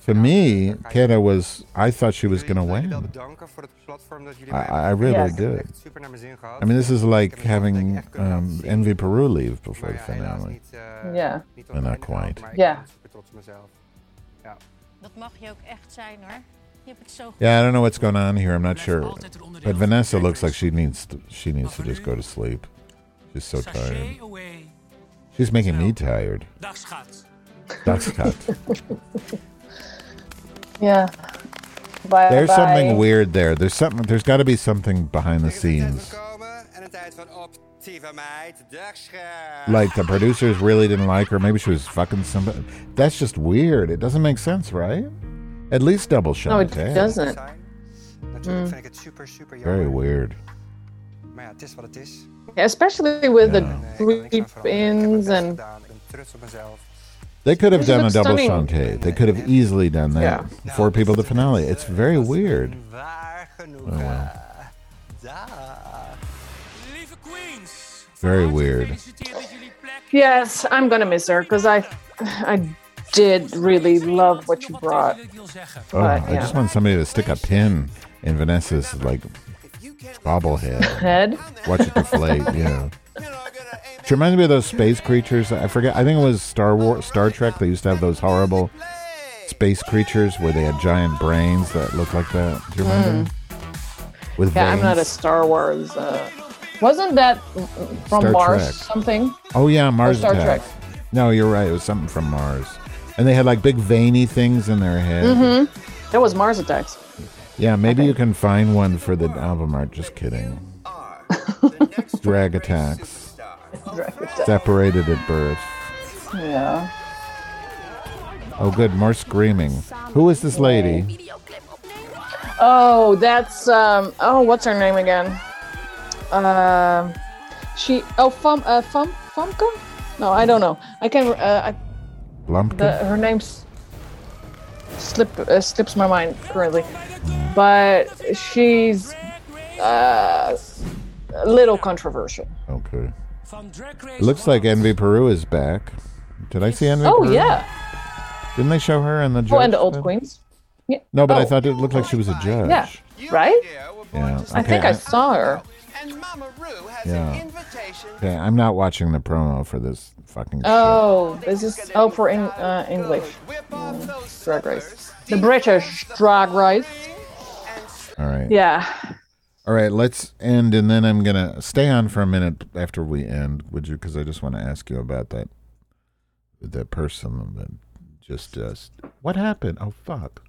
S1: for me, Keda was. I thought she was gonna win. I, I really
S3: Yes.
S1: did. I mean, this is like having um, Envy Peru leave before the finale.
S3: Yeah.
S1: Well, not quite.
S3: Yeah.
S12: Dat mag je ook echt zijn hoor. Je hebt het zo goed.
S1: Yeah, I don't know what's going on here. I'm not sure. But Vanessa looks like she needs to, she needs to just go to sleep. She's so tired.
S5: sashay away.
S1: She's making me tired.
S5: Dag schat.
S1: That's cut.
S3: Yeah. Bye,
S1: There's
S3: bye.
S1: something weird there. There's something. There's got to be something behind the scenes. Like the producers really didn't like her. Maybe she was fucking somebody. That's just weird. It doesn't make sense, right? At least double shot. eh?
S3: No, it doesn't. Mm.
S1: Very weird.
S3: Yeah, especially with the deep ins and
S1: They could have
S3: Doesn't
S1: done a
S3: look
S1: double
S3: stunning.
S1: shante. They could have easily done that. Four people to finale. It's very weird. Oh well.
S5: Lieve queens.
S1: Very weird.
S5: Gefeliciteerd met jullie plek.
S3: yes, I'm gonna miss her because I, I did really love what you brought.
S5: Ik wil zeggen.
S1: Oh,
S3: But,
S1: I
S3: yeah.
S1: just want somebody to stick a pin in Vanessa's like bobblehead.
S3: Head.
S1: Watch it deflate. yeah. She reminds me of those space creatures. I forget. I think it was Star War, Star Trek. They used to have those horrible space creatures where they had giant brains that looked like that. Do you remember? With
S3: Hmm. Yeah, I'm not a
S1: veins.
S3: Star Wars. Uh, wasn't that mm, from
S1: Star
S3: Mars
S1: Trek.
S3: something?
S1: Oh yeah, Mars
S3: Star
S1: Attack.
S3: Trek.
S1: No, you're right. It was something from Mars. And they had like big veiny things in their head.
S3: Mm-hmm. That was Mars Attacks.
S1: Yeah, maybe you can find one for the album art. Just kidding. Drag attacks.
S3: Drag attack.
S1: Separated at birth.
S3: Yeah.
S1: Oh, good. More screaming. Who is this lady?
S3: Oh, that's um. Oh, what's her name again? Um, she. Oh, Fum. Uh, Fum. Fumka. No, I don't know. I can. Uh, I,
S1: Lumpkin.
S3: the, her name's slip uh, slips my mind currently, but she's uh, a little controversial.
S1: Okay. Looks like Envy Peru is back. Did I see Envy?
S3: Oh
S1: Peru?
S3: yeah.
S1: Didn't they show her in the judge?
S3: Oh, and the old
S1: thing?
S3: queens. Yeah.
S1: No, but I
S3: Oh,
S1: thought it looked like she was a judge.
S3: Yeah. Right.
S1: Yeah. Okay,
S3: I think I saw her.
S1: Yeah. Okay, I'm not watching the promo for this fucking.
S3: Oh, this is oh for in, uh, English mm, drag race, the British drag race.
S1: shit. All right.
S3: Yeah,
S1: All right, let's end, and then I'm gonna stay on for a minute after we end, would you? Because I just want to ask you about that, that person that just just what happened? Oh fuck!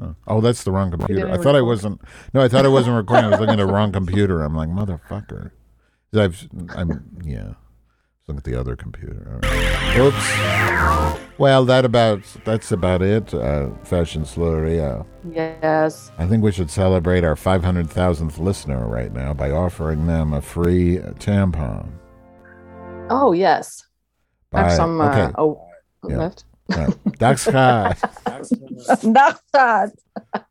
S1: Huh. Oh, that's the wrong computer.
S2: didn't
S1: I thought I
S2: record.
S1: wasn't. No, I thought I wasn't recording. I was looking at the wrong computer. I'm like motherfucker. 'Cause I've I'm yeah. Look at the other computer. All right. Oops. Well, that about that's about it. Uh, Fashion slurry. Uh,
S3: yes.
S1: I think we should celebrate our 500,000th listener right now by offering them a free tampon.
S3: Oh yes. I have
S1: By-
S3: some uh,
S1: okay.
S3: oh
S1: Yeah.
S3: left.
S1: Uh, Dax Scott.
S3: Not that.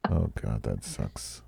S1: Oh, God, that sucks.